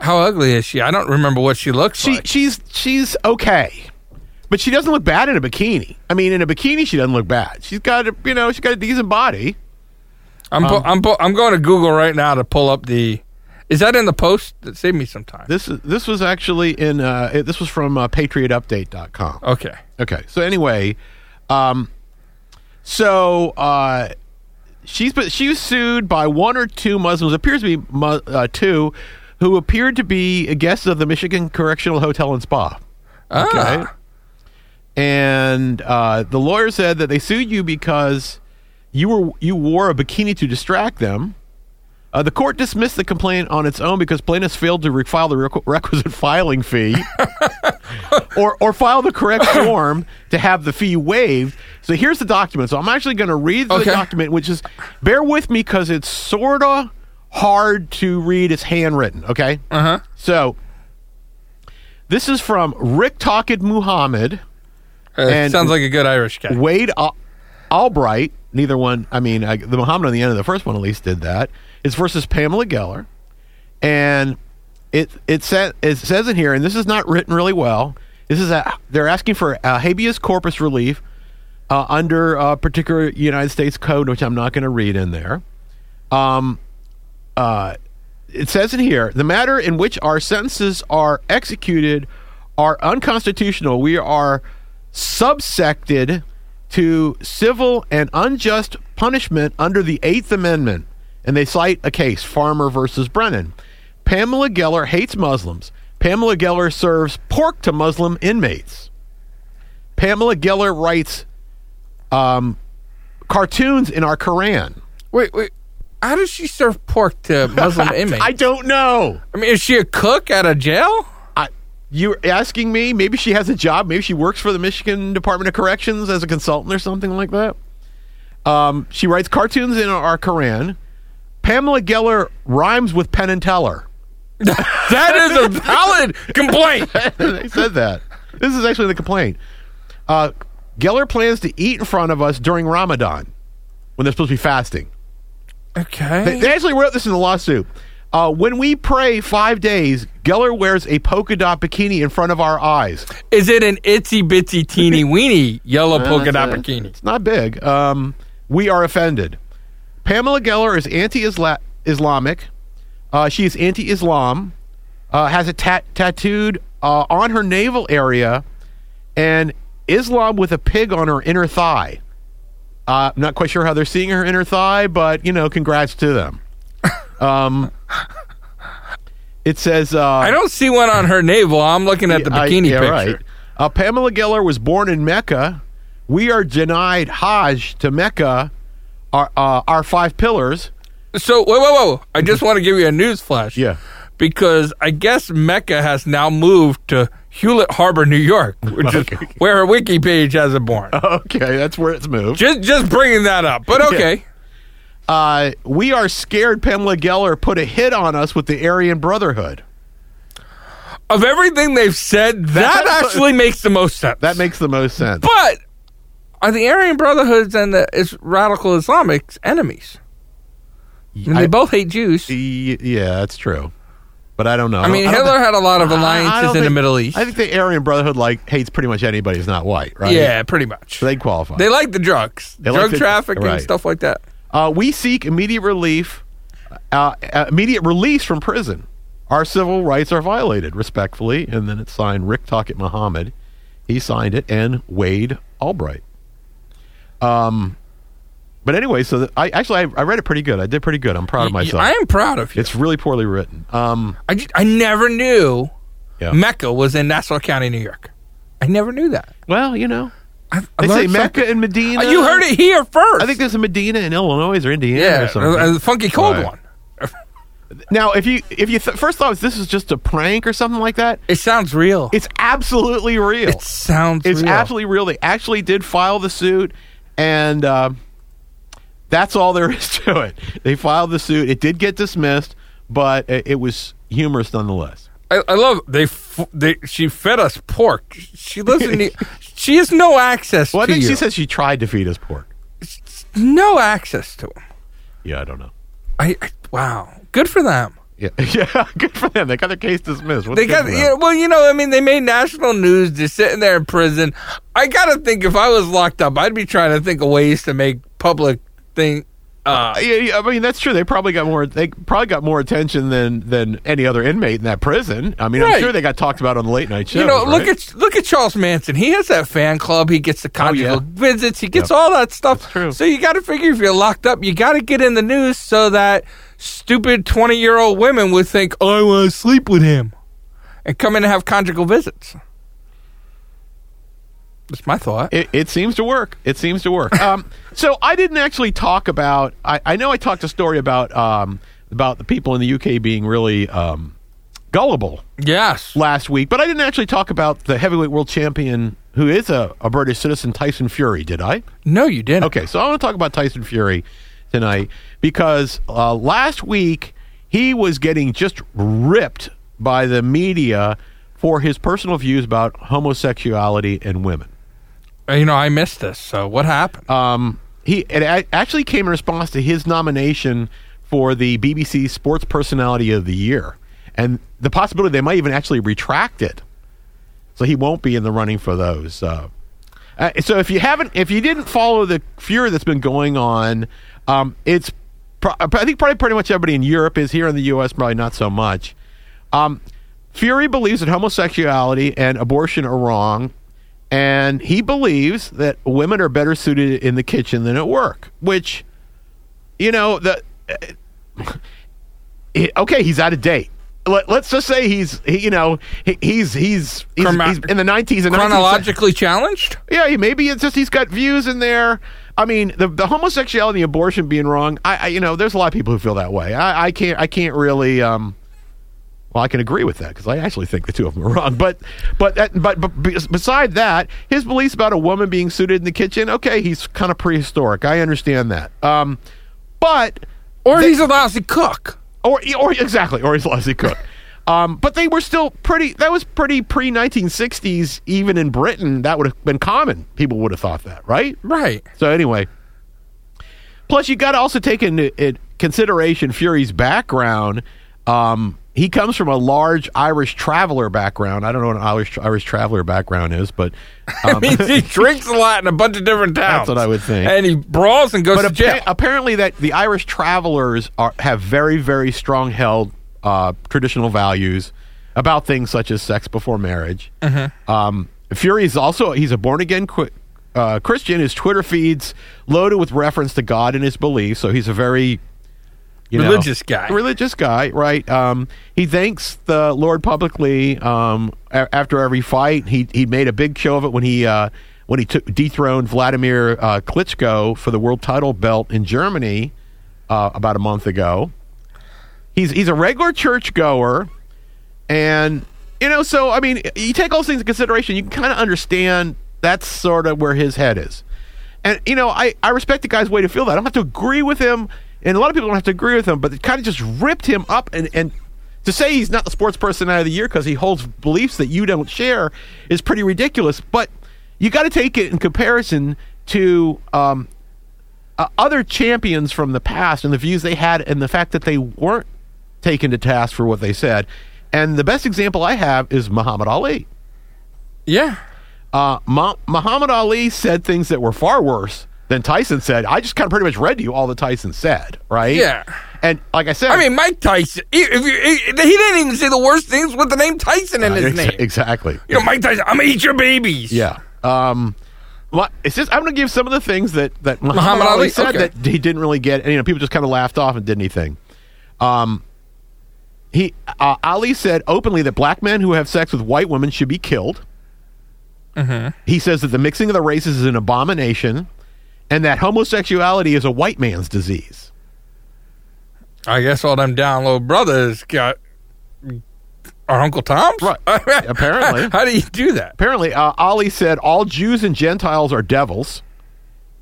How ugly is she? I don't remember what she looks She like. she's she's okay, but she doesn't look bad in a bikini. I mean, in a bikini she doesn't look bad. She's got a, you know she's got a decent body. I'm um, pu- I'm pu- I'm going to Google right now to pull up the. Is that in the post? Save me some time. This is- this was actually in uh, it- this was from uh, PatriotUpdate.com. Okay. Okay. So anyway, um, so uh, she's but she was sued by one or two Muslims. Appears to be mu- uh, two, who appeared to be guests of the Michigan Correctional Hotel and Spa. Ah. Okay. And uh, the lawyer said that they sued you because you were you wore a bikini to distract them. Uh, the court dismissed the complaint on its own because plaintiffs failed to refile the requ- requisite filing fee, or or file the correct form to have the fee waived. So here's the document. So I'm actually going to read the Okay. document, which is bear with me because it's sorta hard to read. It's handwritten. Okay. Uh huh. So this is from Rick Talked Muhammad, Uh, And- sounds like a good Irish guy. Wade Al- Albright. Neither one. I mean, I, the Muhammad on the end of the first one at least did that. It's versus Pamela Geller, and it it says it says in here, and this is not written really well. This is a, they're asking for a habeas corpus relief uh, under a particular United States code, which I'm not going to read in there. Um, uh, it says in here the matter in which our sentences are executed are unconstitutional. We are subsected to civil and unjust punishment under the Eighth Amendment. And they cite a case, Farmer versus Brennan. Pamela Geller hates Muslims. Pamela Geller serves pork to Muslim inmates. Pamela Geller writes um, cartoons in our Koran. Wait, wait. How does she serve pork to Muslim inmates? I don't know. I mean, is she a cook out of jail? I, you're asking me? Maybe she has a job. Maybe she works for the Michigan Department of Corrections as a consultant or something like that. Um, she writes cartoons in our Koran. Pamela Geller rhymes with Penn and Teller. That is a valid complaint. they said that. This is actually the complaint. Uh, Geller plans to eat in front of us during Ramadan when they're supposed to be fasting. Okay. They, they actually wrote this in the lawsuit. Uh, when we pray five days, Geller wears a polka dot bikini in front of our eyes. Is it an itsy bitsy teeny weeny yellow polka dot That's, uh, bikini? It's not big. Um, we are offended. Pamela Geller is anti-Islamic. Uh, she is anti-Islam. Uh, has a tat- tattooed uh, on her navel area, and Islam with a pig on her inner thigh. Uh, I'm not quite sure how they're seeing her inner thigh, but you know, congrats to them. Um, it says uh, I don't see one on her navel. I'm looking at the I- bikini yeah, picture. Right. Uh, Pamela Geller was born in Mecca. We are denied Hajj to Mecca, our, uh, our five pillars. So whoa, whoa, whoa! I just want to give you a news flash. Yeah. Because I guess Mecca has now moved to Hewlett Harbor, New York, which Okay. Oh. is where her wiki page has it born. Okay, that's where it's moved. Just, just bringing that up. But okay. Uh, we are scared Pamela Geller put a hit on us with the Aryan Brotherhood. Of everything they've said, that That's- actually makes the most sense. That makes the most sense. But are the Aryan Brotherhoods and the is radical Islamics enemies? I mean, they both hate Jews. Y- Yeah, that's true. But I don't know. I mean, don't Hitler had a lot of think- I- I don't alliances in the think- Middle East. I think the Aryan Brotherhood like hates pretty much anybody who's not white, right? Yeah, pretty much. So They, they qualify. like the drugs, They like drug the- trafficking, right. stuff like that. uh, we seek immediate relief, uh, uh, immediate release from prison. Our civil rights are violated, respectfully. And then it's signed Rick Tockett Muhammad. He signed it, and Wade Albright. Um, but anyway, so that I actually I, I read it pretty good. I did pretty good. I'm proud of Y- y- myself. I am proud of you. it's really poorly written. Um, I, ju- I never knew Yeah. Mecca was in Nassau County, New York. I never knew that. well, you know, I, I they say learned Mecca and Medina. something. Uh, You heard it here first. I think there's a Medina in Illinois or Indiana yeah, uh, or a, something. a funky cold Right. one. now, if you if you th- first thought this is just a prank or something like that, It sounds real. it's absolutely real. it sounds It's real. absolutely real. They actually did file the suit, and uh, that's all there is to it. They filed the suit. It did get dismissed, but it, it was humorous nonetheless. I, I love they, f- they. She fed us pork. She lives in. New- she has no access Well, I to think you. she said she tried to feed us pork. no access to him. Yeah, I don't know. I, I wow. Good for them. Yeah, yeah. Good for them. They got their case dismissed. What's They good got for them? yeah, well, you know, I mean, they made national news just sitting there in prison. I gotta think if I was locked up, I'd be trying to think of ways to make public thing. Uh, Yeah, yeah, I mean that's true. They probably got more. They probably got more attention than than any other inmate in that prison. I mean, I'm Right. sure they got talked about on the late night shows. you know, look right? at look at Charles Manson. He has that fan club. He gets the conjugal Oh, yeah. visits. He gets Yep. all that stuff. That's true. So you got to figure if you're locked up, you got to get in the news so that stupid twenty year old women would think, "Oh, "I want to sleep with him," and come in and have conjugal visits. That's my thought. It, it seems to work. It seems to work. Um, so I didn't actually talk about. I, I know I talked a story about um, about the people in the UK being really um, gullible yes. last week, but I didn't actually talk about the heavyweight world champion who is a, a British citizen, Tyson Fury. Did I? No, you didn't. Okay, so I want to talk about Tyson Fury tonight because uh, last week he was getting just ripped by the media for his personal views about homosexuality and women. Uh, You know, I missed this. So what happened? Um, he it a- actually came in response to his nomination for the BBC Sports Personality of the Year, and the possibility they might even actually retract it, so he won't be in the running for those. Uh, uh, so if you haven't, if you didn't follow the furor that's been going on, um, it's pro- uh, I think probably pretty much everybody in Europe is here in the U.S. Probably not so much. Um, Fury believes that homosexuality and abortion are wrong, and he believes that women are better suited in the kitchen than at work. Which, you know, the it- okay, he's out of date. Let, let's just say he's, he, you know, he, he's he's he's, Chrono- he's in the nineties and 19th Chronologically challenged? yeah, he- maybe it's just he's got views in there. I mean, the the homosexuality, abortion being wrong. I, I you know, there's a lot of people who feel that way. I, I can't I can't really. Um, well, I can agree with that because I actually think the two of them are wrong. But but that, but but be- beside that, his beliefs about a woman being suited in the kitchen. Okay, he's kind of prehistoric. I understand that. Um, but Or he's a lousy cook. or or exactly, or he's a lousy cook. Um, but they were still pretty. That was pretty pre 1960s. Even in Britain, that would have been common. People would have thought that, right? Right. So anyway, plus you got to also take into in consideration Fury's background. Um, he comes from a large Irish traveler background. I don't know what an Irish Irish traveler background is, but I mean, he drinks a lot in a bunch of different towns. what I would think. And he brawls and goes but to jail. appa- apparently that the Irish travelers are have very very strong held uh, traditional values about things such as sex before marriage. Um, Fury is also he's a born again qu- uh, Christian. His Twitter feeds loaded with reference to God and his beliefs, so he's a very you know, Religious guy. Religious guy, right? Um, he thanks the Lord publicly um, a- after every fight. He he made a big show of it when he uh, when he took dethroned Vladimir uh, Klitschko for the world title belt in Germany uh, about a month ago. He's he's a regular churchgoer, and you know, so I mean, you take all those things into consideration, you can kind of understand that's sort of where his head is. And you know, I I respect the guy's way to feel that. I don't have to agree with him, and a lot of people don't have to agree with him, but it kind of just ripped him up and and. To say he's not the sports personality of the year because he holds beliefs that you don't share is pretty ridiculous. But you got to take it in comparison to um, uh, other champions from the past and the views they had and the fact that they weren't taken to task for what they said. And the best example I have is Muhammad Ali. Yeah. Uh, Ma- Muhammad Ali said things that were far worse than Tyson said. I just kind of pretty much read to you all that Tyson said, right? Yeah. And like I said, I mean, Mike Tyson. He, if you, he, he didn't even say the worst things with the name Tyson in his Uh, Ex- name. exactly. You know, Mike Tyson. I'm gonna eat your babies. Yeah. Um, well, it's just I'm going to give some of the things that that Muhammad, Muhammad Ali, Ali, said okay. that he didn't really get, and you know, people just kind of laughed off and did anything. Um, he uh, Ali said openly that black men who have sex with white women should be killed. He says that the mixing of the races is an abomination, and that homosexuality is a white man's disease. I guess all them down low brothers got our Uncle Tom's. Right. Apparently. How do you do that? Apparently, uh, Ali said all Jews and Gentiles are devils,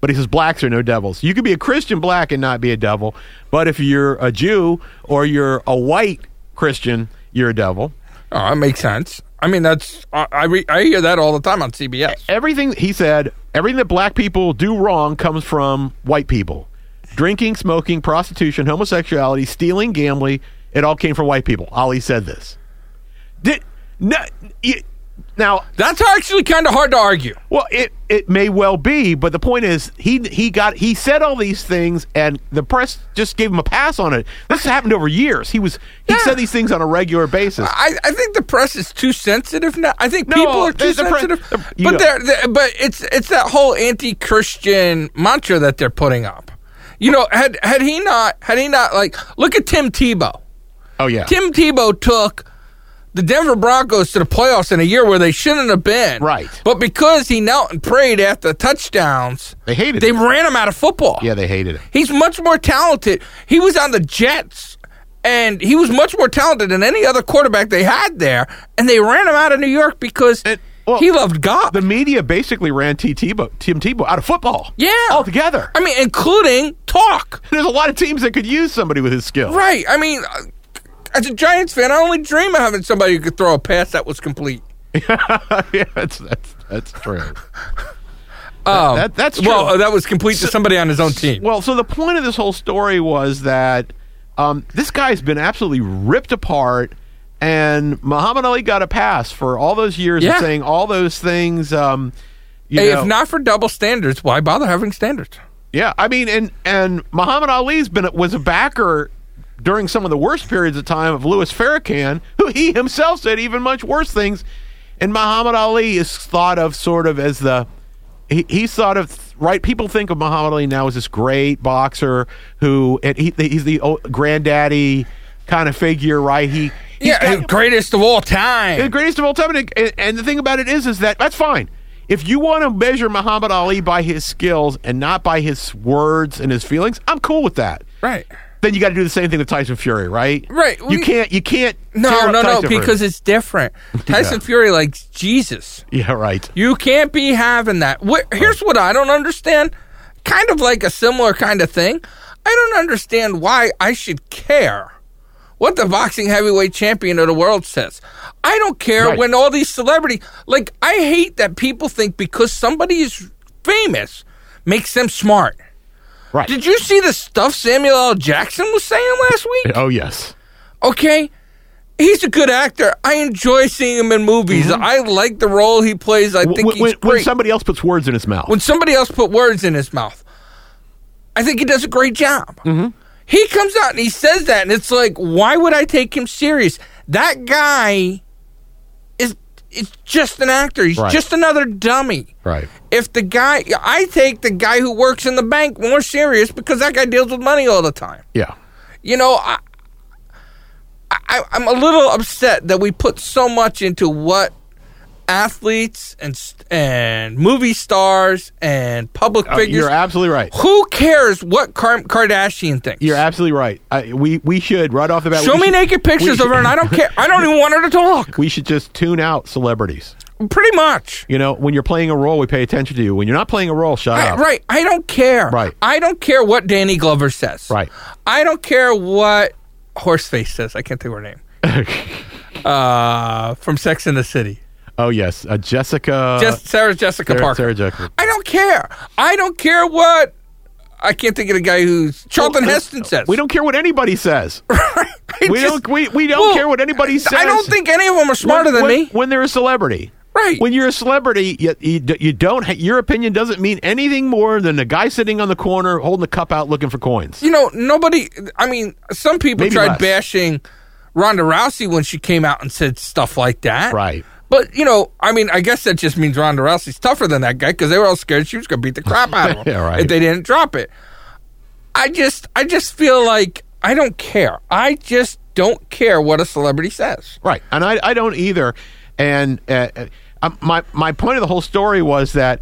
but he says blacks are no devils. You could be a Christian black and not be a devil, but if you're a Jew or you're a white Christian, you're a devil. Oh, that makes sense. I mean, that's I I, re, I hear that all the time on CBS. Everything he said, everything that black people do wrong comes from white people. Drinking, smoking, prostitution, homosexuality, stealing, gambling, it all came from white people. Ali said this. Did no, you, now That's actually kind of hard to argue. Well, it it may well be, but the point is, he he got he said all these things, and the press just gave him a pass on it. This has happened over years. He was he Yeah. said these things on a regular basis. I, I think the press is too sensitive now. I think No, people are the- too the pre- sensitive. the- you know. but they're, they but it's it's that whole anti-Christian mantra that they're putting up. You know, had had he not had he not like look at Tim Tebow. oh yeah, Tim Tebow took the Denver Broncos to the playoffs in a year where they shouldn't have been. Right. But because he knelt and prayed after touchdowns, they hated. they it. ran him out of football. yeah, they hated it. He's much more talented. He was on the Jets, and he was much more talented than any other quarterback they had there. And they ran him out of New York because And- well, he loved God. The media basically ran T. Tebow, Tim Tebow out of football. Yeah. altogether. I mean, including talk. There's a lot of teams that could use somebody with his skill. Right. I mean, uh, as a Giants fan, I only dream of having somebody who could throw a pass that was complete. yeah, that's that's that's true. Um, that- that's true. Well, uh, that was complete to somebody on his own team. Well, so the point of this whole story was that um, this guy's been absolutely ripped apart, and Muhammad Ali got a pass for all those years of Yeah. saying all those things. Um, you Hey, know. if not for double standards, why bother having standards? yeah, I mean, and and Muhammad Ali's been was a backer during some of the worst periods of time of Louis Farrakhan, who he himself said even much worse things. And Muhammad Ali is thought of sort of as the he, he's thought of right. People think of Muhammad Ali now as this great boxer who and he, he's the old granddaddy kind of figure, right? He he's yeah, got- and greatest of all the time. greatest of all time. And, and- and the thing about it is, is that that's fine. If you want to measure Muhammad Ali by his skills and not by his words and his feelings, I'm cool with that. Right. Then you got to do the same thing with Tyson Fury, right? Right. you We- can't. You can't. tear No, up no, no, Tyson Fury. because it's different. Tyson Fury likes Jesus. yeah, right. You can't be having that. What, here's what I don't understand. Kind of like a similar kind of thing. I don't understand why I should care what the boxing heavyweight champion of the world says. I don't care Right. when all these celebrities, like, I hate that people think because somebody is famous makes them smart. Right. Did you see the stuff Samuel L. Jackson was saying last week? oh yes. okay he's a good actor i enjoy seeing him in movies i like the role he plays i think When, he's Mm-hmm. when- when great when, somebody else puts words in his mouth, somebody else put words in his mouth i think he does a great job he comes out and he says that and it's like why would i take him serious that guy is is just an actor he's Right. just another dummy right? if the guy i take the guy who works in the bank more serious because that guy deals with money all the time Yeah. you know, I, I, I'm a little upset that we put so much into what athletes and s- and movie stars and public Uh, figures. you're absolutely right. who cares what Kar- Kardashian thinks? You're absolutely right. I, we we should right off the bat. Show we me should- naked pictures we of her, and I don't care. I don't even want her to talk. We should just tune out celebrities. Pretty much. You know, when you're playing a role, we pay attention to you. When you're not playing a role, shut I- up. right. I don't care. Right. I don't care what Danny Glover says. Right. I don't care what Horseface says. I can't think of her name. Uh, from Sex and the City. oh yes, uh, Jessica. Just Sarah Jessica Uh, Sarah, Parker. Sarah Jessica. I don't care. I don't care what I can't think of the guy who's Charlton Heston says. We don't care what anybody says. I We just- don't. We, we don't Well, care what anybody says. I don't think any of them are When- smarter than when, me. when they're a celebrity. Right. When you're a celebrity, you, you, d- you don't. ha- Your opinion doesn't mean anything more than the guy sitting on the corner holding a cup out looking for coins. you know, nobody. I mean, some people Maybe tried less. bashing Ronda Rousey when she came out and said stuff like that. Right. But you know, I mean, I guess that just means Ronda Rousey's tougher than that guy because they were all scared she was going to beat the crap out of him Yeah, right. if they didn't drop it. I just, I just feel like I don't care. I just don't care what a celebrity says. Right, and I, I don't either. And uh, uh, um, my my point of the whole story was that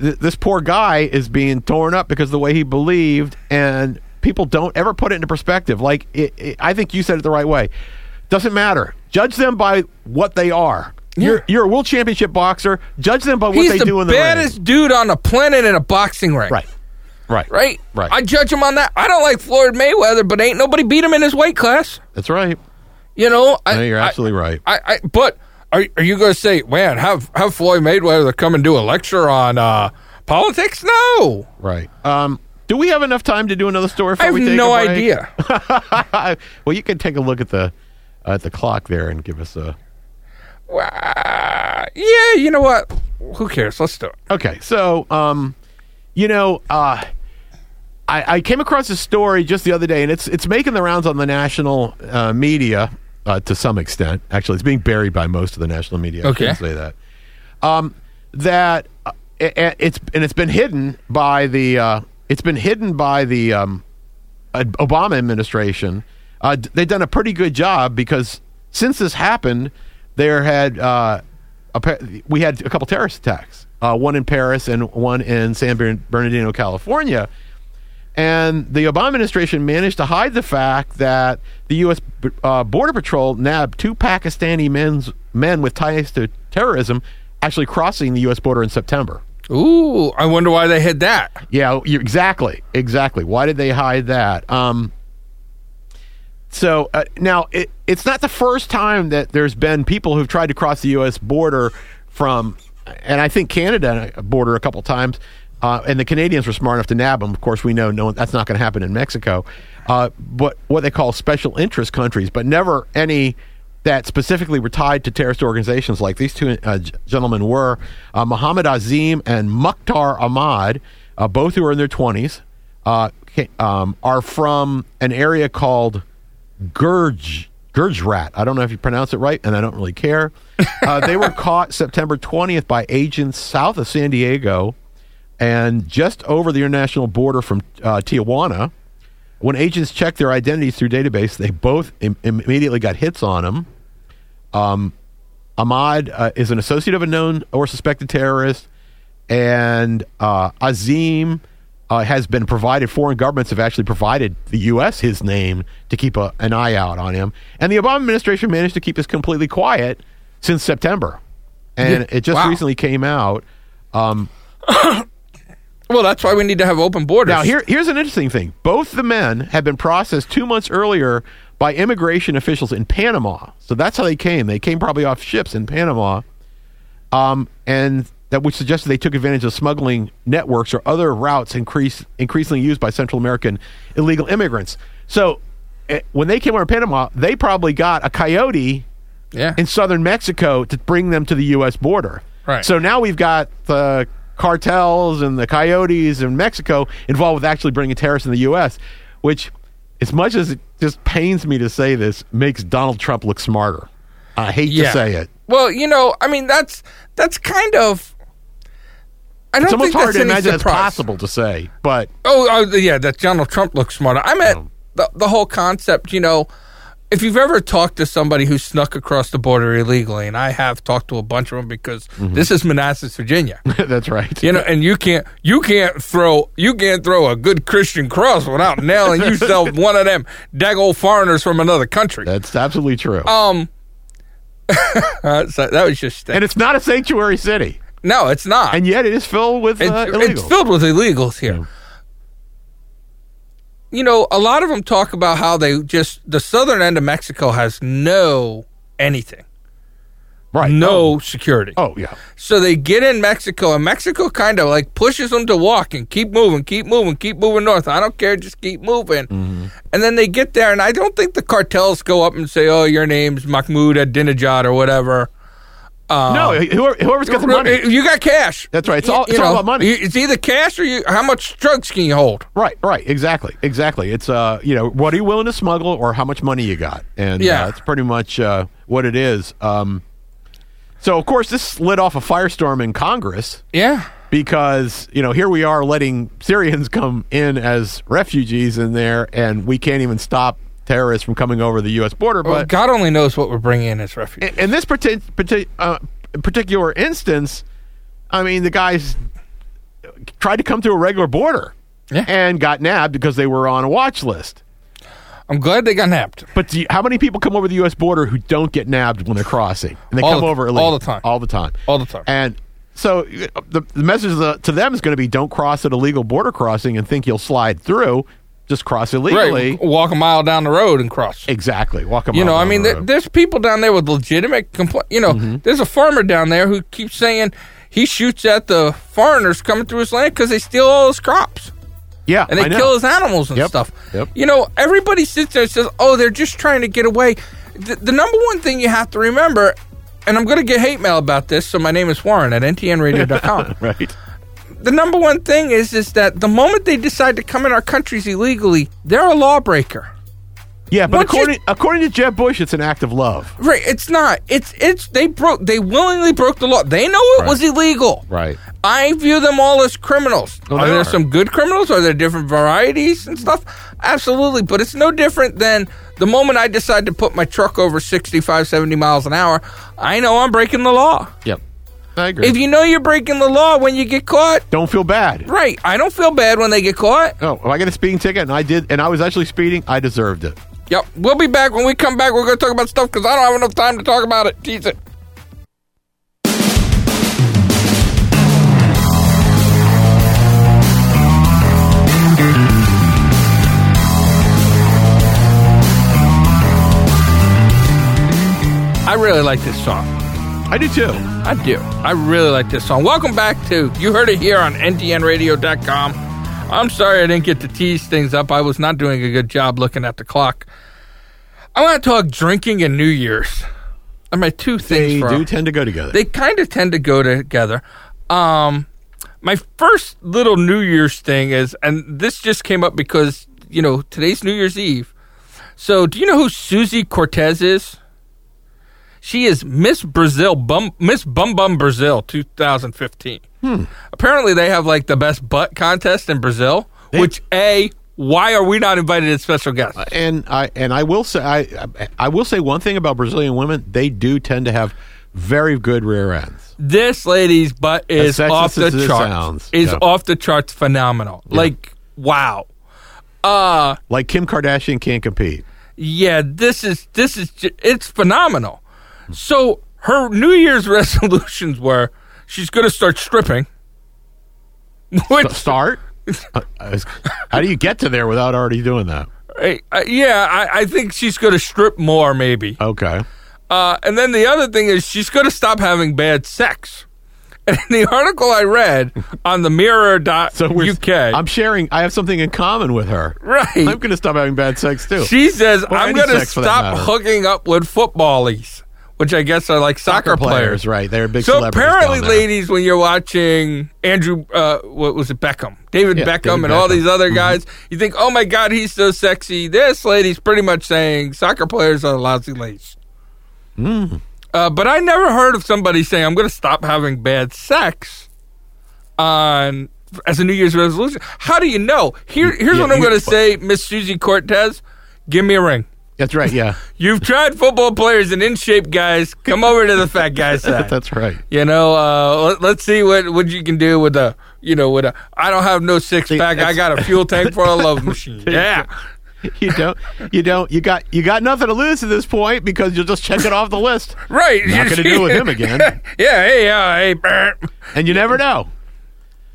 th- this poor guy is being torn up because of the way he believed, and people don't ever put it into perspective. Like it, it, I think you said it the right way. Doesn't matter. Judge them by what they are. You're you're a world championship boxer. Judge them by what He's they the do in the baddest ring. dude on the planet in a boxing ring. Right, right, Right? Right. I judge him on that. I don't like Floyd Mayweather, but ain't nobody beat him in his weight class. That's right. You know, I, No, you're I- absolutely right. I, I but are, are you going to say, man, have have Floyd Mayweather come and do a lecture on uh, politics? No, Right. Um, do we have enough time to do another story? Before I have we take a no break? idea. well, you can take a look at the at the clock there and give us a. Well, yeah, you know what? Who cares? Let's do it. Okay, so um, you know, uh, I, I came across this story just the other day, and it's it's making the rounds on the national uh, media uh, to some extent. Actually, it's being buried by most of the national media. Okay. I should say that. Um, that uh, a- a- it's and it's been hidden by the uh, it's been hidden by the um, uh, Obama administration. Uh, d- they've done a pretty good job because since this happened, there had uh, appa- we had a couple terrorist attacks, uh, one in Paris and one in San Bern- Bernardino, California. And the Obama administration managed to hide the fact that the U.S. b- uh, Border Patrol nabbed two Pakistani men's, men with ties to terrorism actually crossing the U.S. border in September. Ooh, I wonder why they hid that. Yeah, you exactly, exactly. Why did they hide that? Um, so uh, now it, it's not the first time that there's been people who've tried to cross the U.S. border from, and I think Canada border a couple times, uh, and the Canadians were smart enough to nab them. Of course, we know no that's not going to happen in Mexico, uh, but what they call special interest countries, but never any that specifically were tied to terrorist organizations like these two uh, g- gentlemen were uh, Muhammad Azim and Mukhtar Ahmad, uh, both who are in their 20s, uh, ca- um, are from an area called Gurj Gurjrat. I don't know if you pronounce it right, and I don't really care. Uh, they were caught September 20th by agents south of San Diego and just over the international border from uh, Tijuana. When agents checked their identities through database, they both Im- immediately got hits on them. Ahmad uh, is an associate of a known or suspected terrorist, and uh, Azim uh, has been provided. Foreign governments have actually provided the U.S. his name to keep a, an eye out on him. And the Obama administration managed to keep this completely quiet since September, and it just Wow. recently came out. Um, Well, that's why we need to have open borders. now, here, here's an interesting thing. Both the men had been processed two months earlier by immigration officials in Panama. So that's how they came. They came probably off ships in Panama, um, and that which suggested they took advantage of smuggling networks or other routes increase, increasingly used by Central American illegal immigrants. So eh, when they came over to Panama, they probably got a coyote yeah, in southern Mexico to bring them to the U.S. border. Right. So now we've got the cartels and the coyotes in Mexico involved with actually bringing terrorists in the U.S., which, as much as it just pains me to say this, makes Donald Trump look smarter. I hate yeah. to say it. Well, you know, I mean, that's that's kind of. I don't It's almost think hard that's to any imagine that's surprise. possible to say, but Oh, oh, yeah, that Donald Trump looks smarter. I meant the, the whole concept, you know, if you've ever talked to somebody who snuck across the border illegally, and I have talked to a bunch of them because this is Manassas, Virginia. that's right. You know, and you can't you can't throw you can't throw a good Christian cross without nailing yourself one of them daggone foreigners from another country. That's absolutely true. Um, uh, so that was just and it's not a sanctuary city, no, it's not. and yet it is filled with uh, It's, it's illegals. filled with illegals here. You know, a lot of them talk about how they just the southern end of Mexico has no anything. Right. No security. Oh yeah. So they get in Mexico, and Mexico kind of like pushes them to walk and keep moving, keep moving, keep moving north. I don't care, just keep moving. Mm-hmm. And then they get there, and I don't think the cartels go up and say, "Oh, your name's Mahmoud Adinajad or whatever." Uh, no, whoever, whoever's got the money. You got cash. That's right. It's You- all- it's you all about money. you- It's either cash or you. How much drugs can you hold? Right, right, exactly, exactly. It's uh, you know, what are you willing to smuggle, or how much money you got, and Yeah. uh, that's pretty much uh, what it is. Um, so of course this lit off a firestorm in Congress Yeah. because you know here we are letting Syrians come in as refugees in there, and we can't even stop terrorists from coming over the U.S. border. Well, But God only knows what we're bringing in as refugees. in this parti- parti- uh, particular instance, I mean, the guys tried to come through a regular border Yeah. and got nabbed because they were on a watch list. I'm glad they got napped. But do you, how many people come over the U.S. border who don't get nabbed when they're crossing? And they All come the- over all illegally. the time. all the time, All the time. And so uh, the, the message to- to them is going to be: don't cross at illegal border crossing and think you'll slide through. Just cross illegally. Right. Walk a mile down the road and cross. Exactly. Walk them. You know, I mean, there, there's people down there with legitimate complaint. You know, Mm-hmm. there's a farmer down there who keeps saying he shoots at the foreigners coming through his land because they steal all his crops yeah, and I they know. kill his animals and Yep, stuff. yep. You know, everybody sits there and says, "Oh, they're just trying to get away." The, the number one thing you have to remember, and I'm going to get hate mail about this, so my name is Warren at ntnradio.com. Right. the number one thing is is that the moment they decide to come in our countries illegally, they're a lawbreaker. Yeah, but Once you- according according to Jeb Bush, it's an act of love. Right, it's not. It's it's they broke they willingly broke the law. They know it was illegal. Right. I view them all as criminals. Oh, are they there are. some good criminals? Are there different varieties and stuff? Absolutely, but it's no different than the moment I decide to put my truck over 65 70 miles an hour, I know I'm breaking the law. Yep. I agree. If you know you're breaking the law when you get caught, Don't feel bad. right. I don't feel bad when they get caught. Oh, if I get a speeding ticket and I did, and I was actually speeding, I deserved it. Yep. We'll be back when we come back. We're going to talk about stuff because I don't have enough time to talk about it. Jesus. I really like this song. I do too. I do. I really like this song. Welcome back to You Heard It Here on NTNRadio.com. I'm sorry I didn't get to tease things up. I was not doing a good job looking at the clock. I want to talk drinking and New Year's. Are my two things They for do tend to go together. they kind of tend to go together. Um, my first little New Year's thing is, and this just came up because you know today's New Year's Eve. So, do you know who Susie Cortez is? She is Miss Brazil, Bum, Miss Bum Bum Brazil, 2015. Apparently, they have like the best butt contest in Brazil. which a why are we not invited as special guests? and I and I will say I I will say one thing about Brazilian women: they do tend to have very good rear ends. this lady's butt is sexist off the as it charts. sounds, Is yeah. off the charts phenomenal. Like wow. Uh Like Kim Kardashian can't compete. yeah, this is this is ju- it's phenomenal. So her New Year's resolutions were she's going to start stripping. Which Start. Uh, uh, How do you get to there without already doing that? uh, yeah, I, I think she's going to strip more maybe. Okay. Uh, and then the other thing is she's going to stop having bad sex. And the article I read on the Mirror dot So we're UK. I'm sharing. I have something in common with her. right. I'm going to stop having bad sex too. She says, Or I'm any going to sex for that stop matter." hooking up with footballies, which I guess are like soccer, players. right? They're big. So celebrities down apparently, there. ladies, when you're watching Andrew, uh, what was it, Beckham, David Yeah, Beckham, David and all Beckham. Mm-hmm. these other guys, you think, oh my God, he's so sexy. This lady's pretty much saying soccer players are lousy ladies. Mm. Uh, but I never heard of somebody saying, I'm going to stop having bad sex on as a New Year's resolution. How do you know? Here, here's Yeah, what I'm you- going to say, Miss Susie Cortez give me a ring. That's right. Yeah, You've tried football players and in shape guys. Come over to the fat guy's side. that's right. You know, uh, let, let's see what, what you can do with a you know with a. I don't have no six pack. I got a fuel tank for a love machine. Yeah, you don't you don't you got you got nothing to lose at this point because you'll just check it off the list right. Not gonna do with him again. yeah. Hey. Uh, hey. brr. and you never know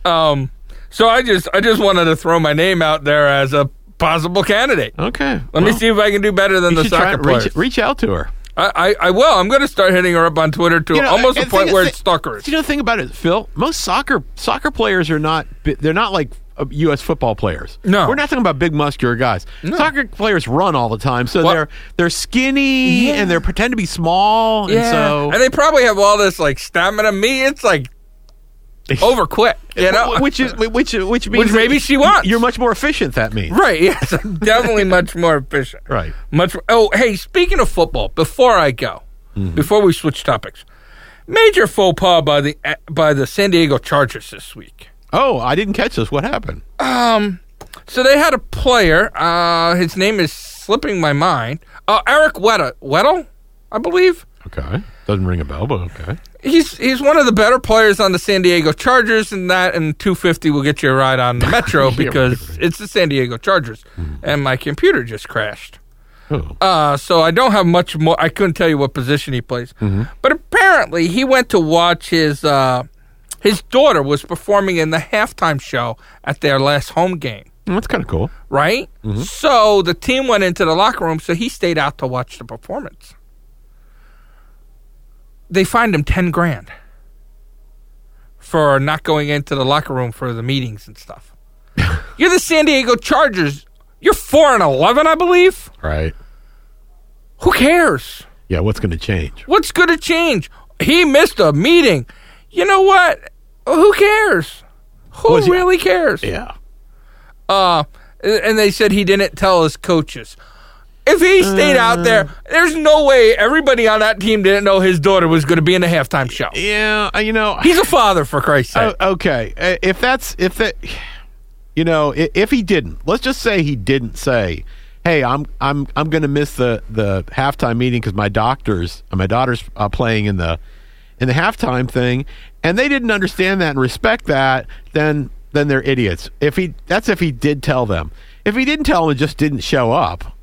Um. So I just I just wanted to throw my name out there as a possible candidate. okay Let me see if I can do better than the soccer players. reach, reach out to her I, I, I will. I'm going to start hitting her up on Twitter to You know, almost and the the point thing- where the- it's stalkerish. You know the thing about it, Phil. Most soccer soccer players are not bi- they're not like uh, U.S. football players. No. we're not talking about big muscular guys. Soccer players run all the time, so Well- they're they're skinny and they pretend to be small, and so and they probably have all this like stamina. Me, it's like over quick. You know, Wh- which is which which means that maybe she wants. You're much more efficient. That means Right. Yes. I'm definitely much more efficient. Right. Much. Oh, hey. Speaking of football, before I go, before we switch topics, major faux pas by the eh, by the San Diego Chargers this week. Oh, I didn't catch this. What happened? Um. So they had a player. Uh, his name is slipping my mind. Uh, Eric Weddle. Weddle, I believe. Okay, doesn't ring a bell, but okay. He's he's one of the better players on the San Diego Chargers, and that and 250 will get you a ride on the Metro because it's the San Diego Chargers. And my computer just crashed. Oh. Uh, so I don't have much more. I couldn't tell you what position he plays, but apparently he went to watch his uh, his daughter was performing in the halftime show at their last home game. That's kind of cool. Right, so the team went into the locker room, so he stayed out to watch the performance. They fined him ten grand for not going into the locker room for the meetings and stuff. You're the San Diego Chargers. You're four and eleven, I believe. Right. Who cares? Yeah. What's going to change? What's going to change? He missed a meeting. You know what? Who cares? Who Was he- really cares? Yeah. Uh, and they said he didn't tell his coaches. If he stayed Uh. out there, there's no way everybody on that team didn't know his daughter was going to be in the halftime show. Yeah. uh, You know. He's a father, for Christ's sake. Oh, okay. Uh, If that's if that, you know, i- if he didn't, let's just say he didn't say, "Hey, I'm I'm I'm going to miss the the halftime meeting because my doctor's uh, my daughter's uh, playing in the in the halftime thing," and they didn't understand that and respect that, then then they're idiots. If he that's if he did tell them. If he didn't tell them and just didn't show up.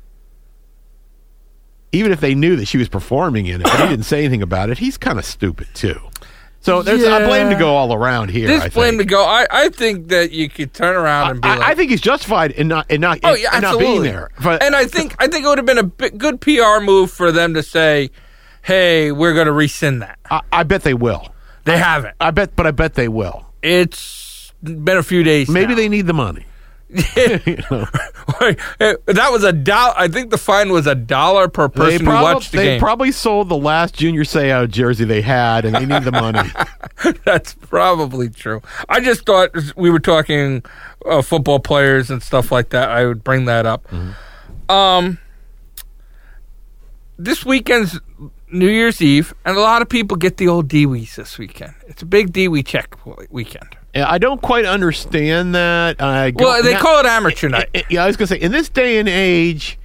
Even if they knew that she was performing in it, but he didn't say anything about it, he's kind of stupid too. So there's I blame to Yeah. go all around here. this I blame think. to go. I, I think that you could turn around and be I, like, I think he's justified in not in not, Oh yeah, in not absolutely. being there. But and I think I think it would have been a bi- good PR move for them to say, "Hey, we're going to rescind that." I, I bet they will. They haven't. I bet, but I bet they will. It's been a few days. Maybe now. they need the money. You know, that was a dollar. I think the fine was a dollar per they person who prob- watched the they game. probably sold the last Junior Seau jersey they had, and they need the money. That's probably true. I just thought we were talking uh, football players and stuff like that. I would bring that up. Mm-hmm. Um, this weekend's New Year's Eve, and a lot of people get the old Dewey's this weekend. It's a big Dewey check w- weekend. Yeah, I don't quite understand that. I don't- Well, they now- call it amateur night. I- yeah, I was gonna say in this day and age,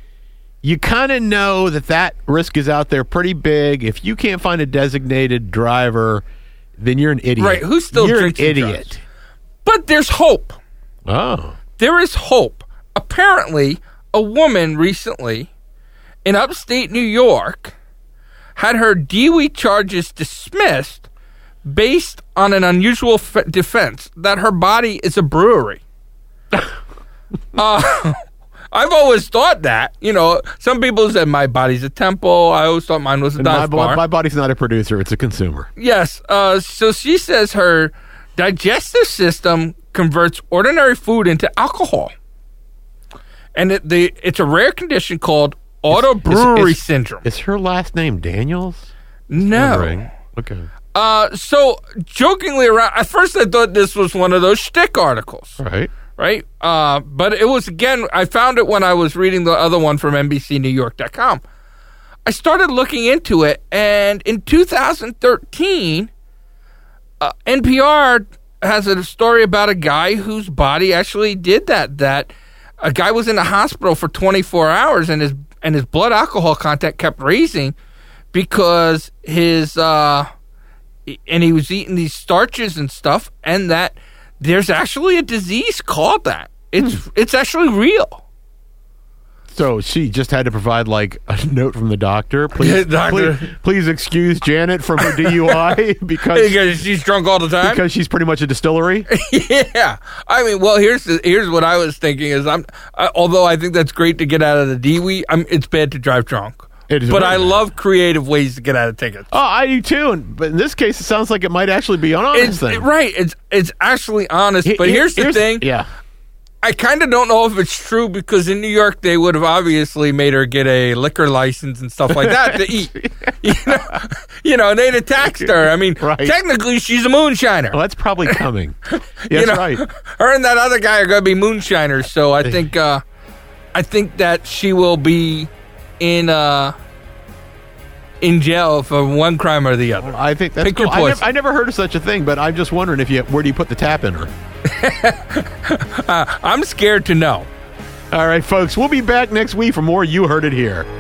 you kind of know that that risk is out there pretty big. If you can't find a designated driver, then you're an idiot. Right, who still you're an drinks and idiot? But there's hope. Oh, there is hope. Apparently, a woman recently in upstate New York had her DUI charges dismissed based on an unusual f- defense that her body is a brewery. uh, I've always thought that. You know, some people said my body's a temple. I always thought mine was a And my, dive bo- bar. my body's not a producer; it's a consumer. Yes. Uh, so she says her digestive system converts ordinary food into alcohol, and it, the it's a rare condition called autobrewery it's- syndrome. Is her last name Daniels? no. Ring. Okay. Uh, so jokingly around, at first I thought this was one of those shtick articles, All right. right? Uh, but it was again. I found it when I was reading the other one from NBCNewYork.com. I started looking into it, and in 2013, uh, NPR has a story about a guy whose body actually did that. That a guy was in the hospital for 24 hours, and his and his blood alcohol content kept raising because his uh, e- and he was eating these starches and stuff, and that there's actually a disease called that. It's Hmm. it's actually real. So she just had to provide like a note from the doctor. Please, Yeah, doctor. please, please excuse Janet from her DUI because Because she's drunk all the time. because she's pretty much a distillery. Oh, yeah, I mean, well, here's the, here's what I was thinking is I'm I, although I think that's great to get out of the DWI, I'm it's bad to drive drunk It is but very I bad. love creative ways to get out of tickets. Oh, I do too. And, but in this case, it sounds like it might actually be an honest It's, thing. right. It's it's actually honest. He- but he- here's the thing. Yeah. I kind of don't know if it's true because in New York they would have obviously made her get a liquor license and stuff like that to eat. You know, you know, they'd have taxed her. I mean, Right. technically she's a moonshiner. Well, Oh, that's probably coming. That's you know, right. Her and that other guy are going to be moonshiners. So I think, uh, I think that she will be in uh, in jail for one crime or the other. I think that's Pick cool. your I, nev- poison. I never heard of such a thing, but I'm just wondering if you where do you put the tap in her? I'm scared to know. All right, folks, we'll be back next week for more. You heard it here.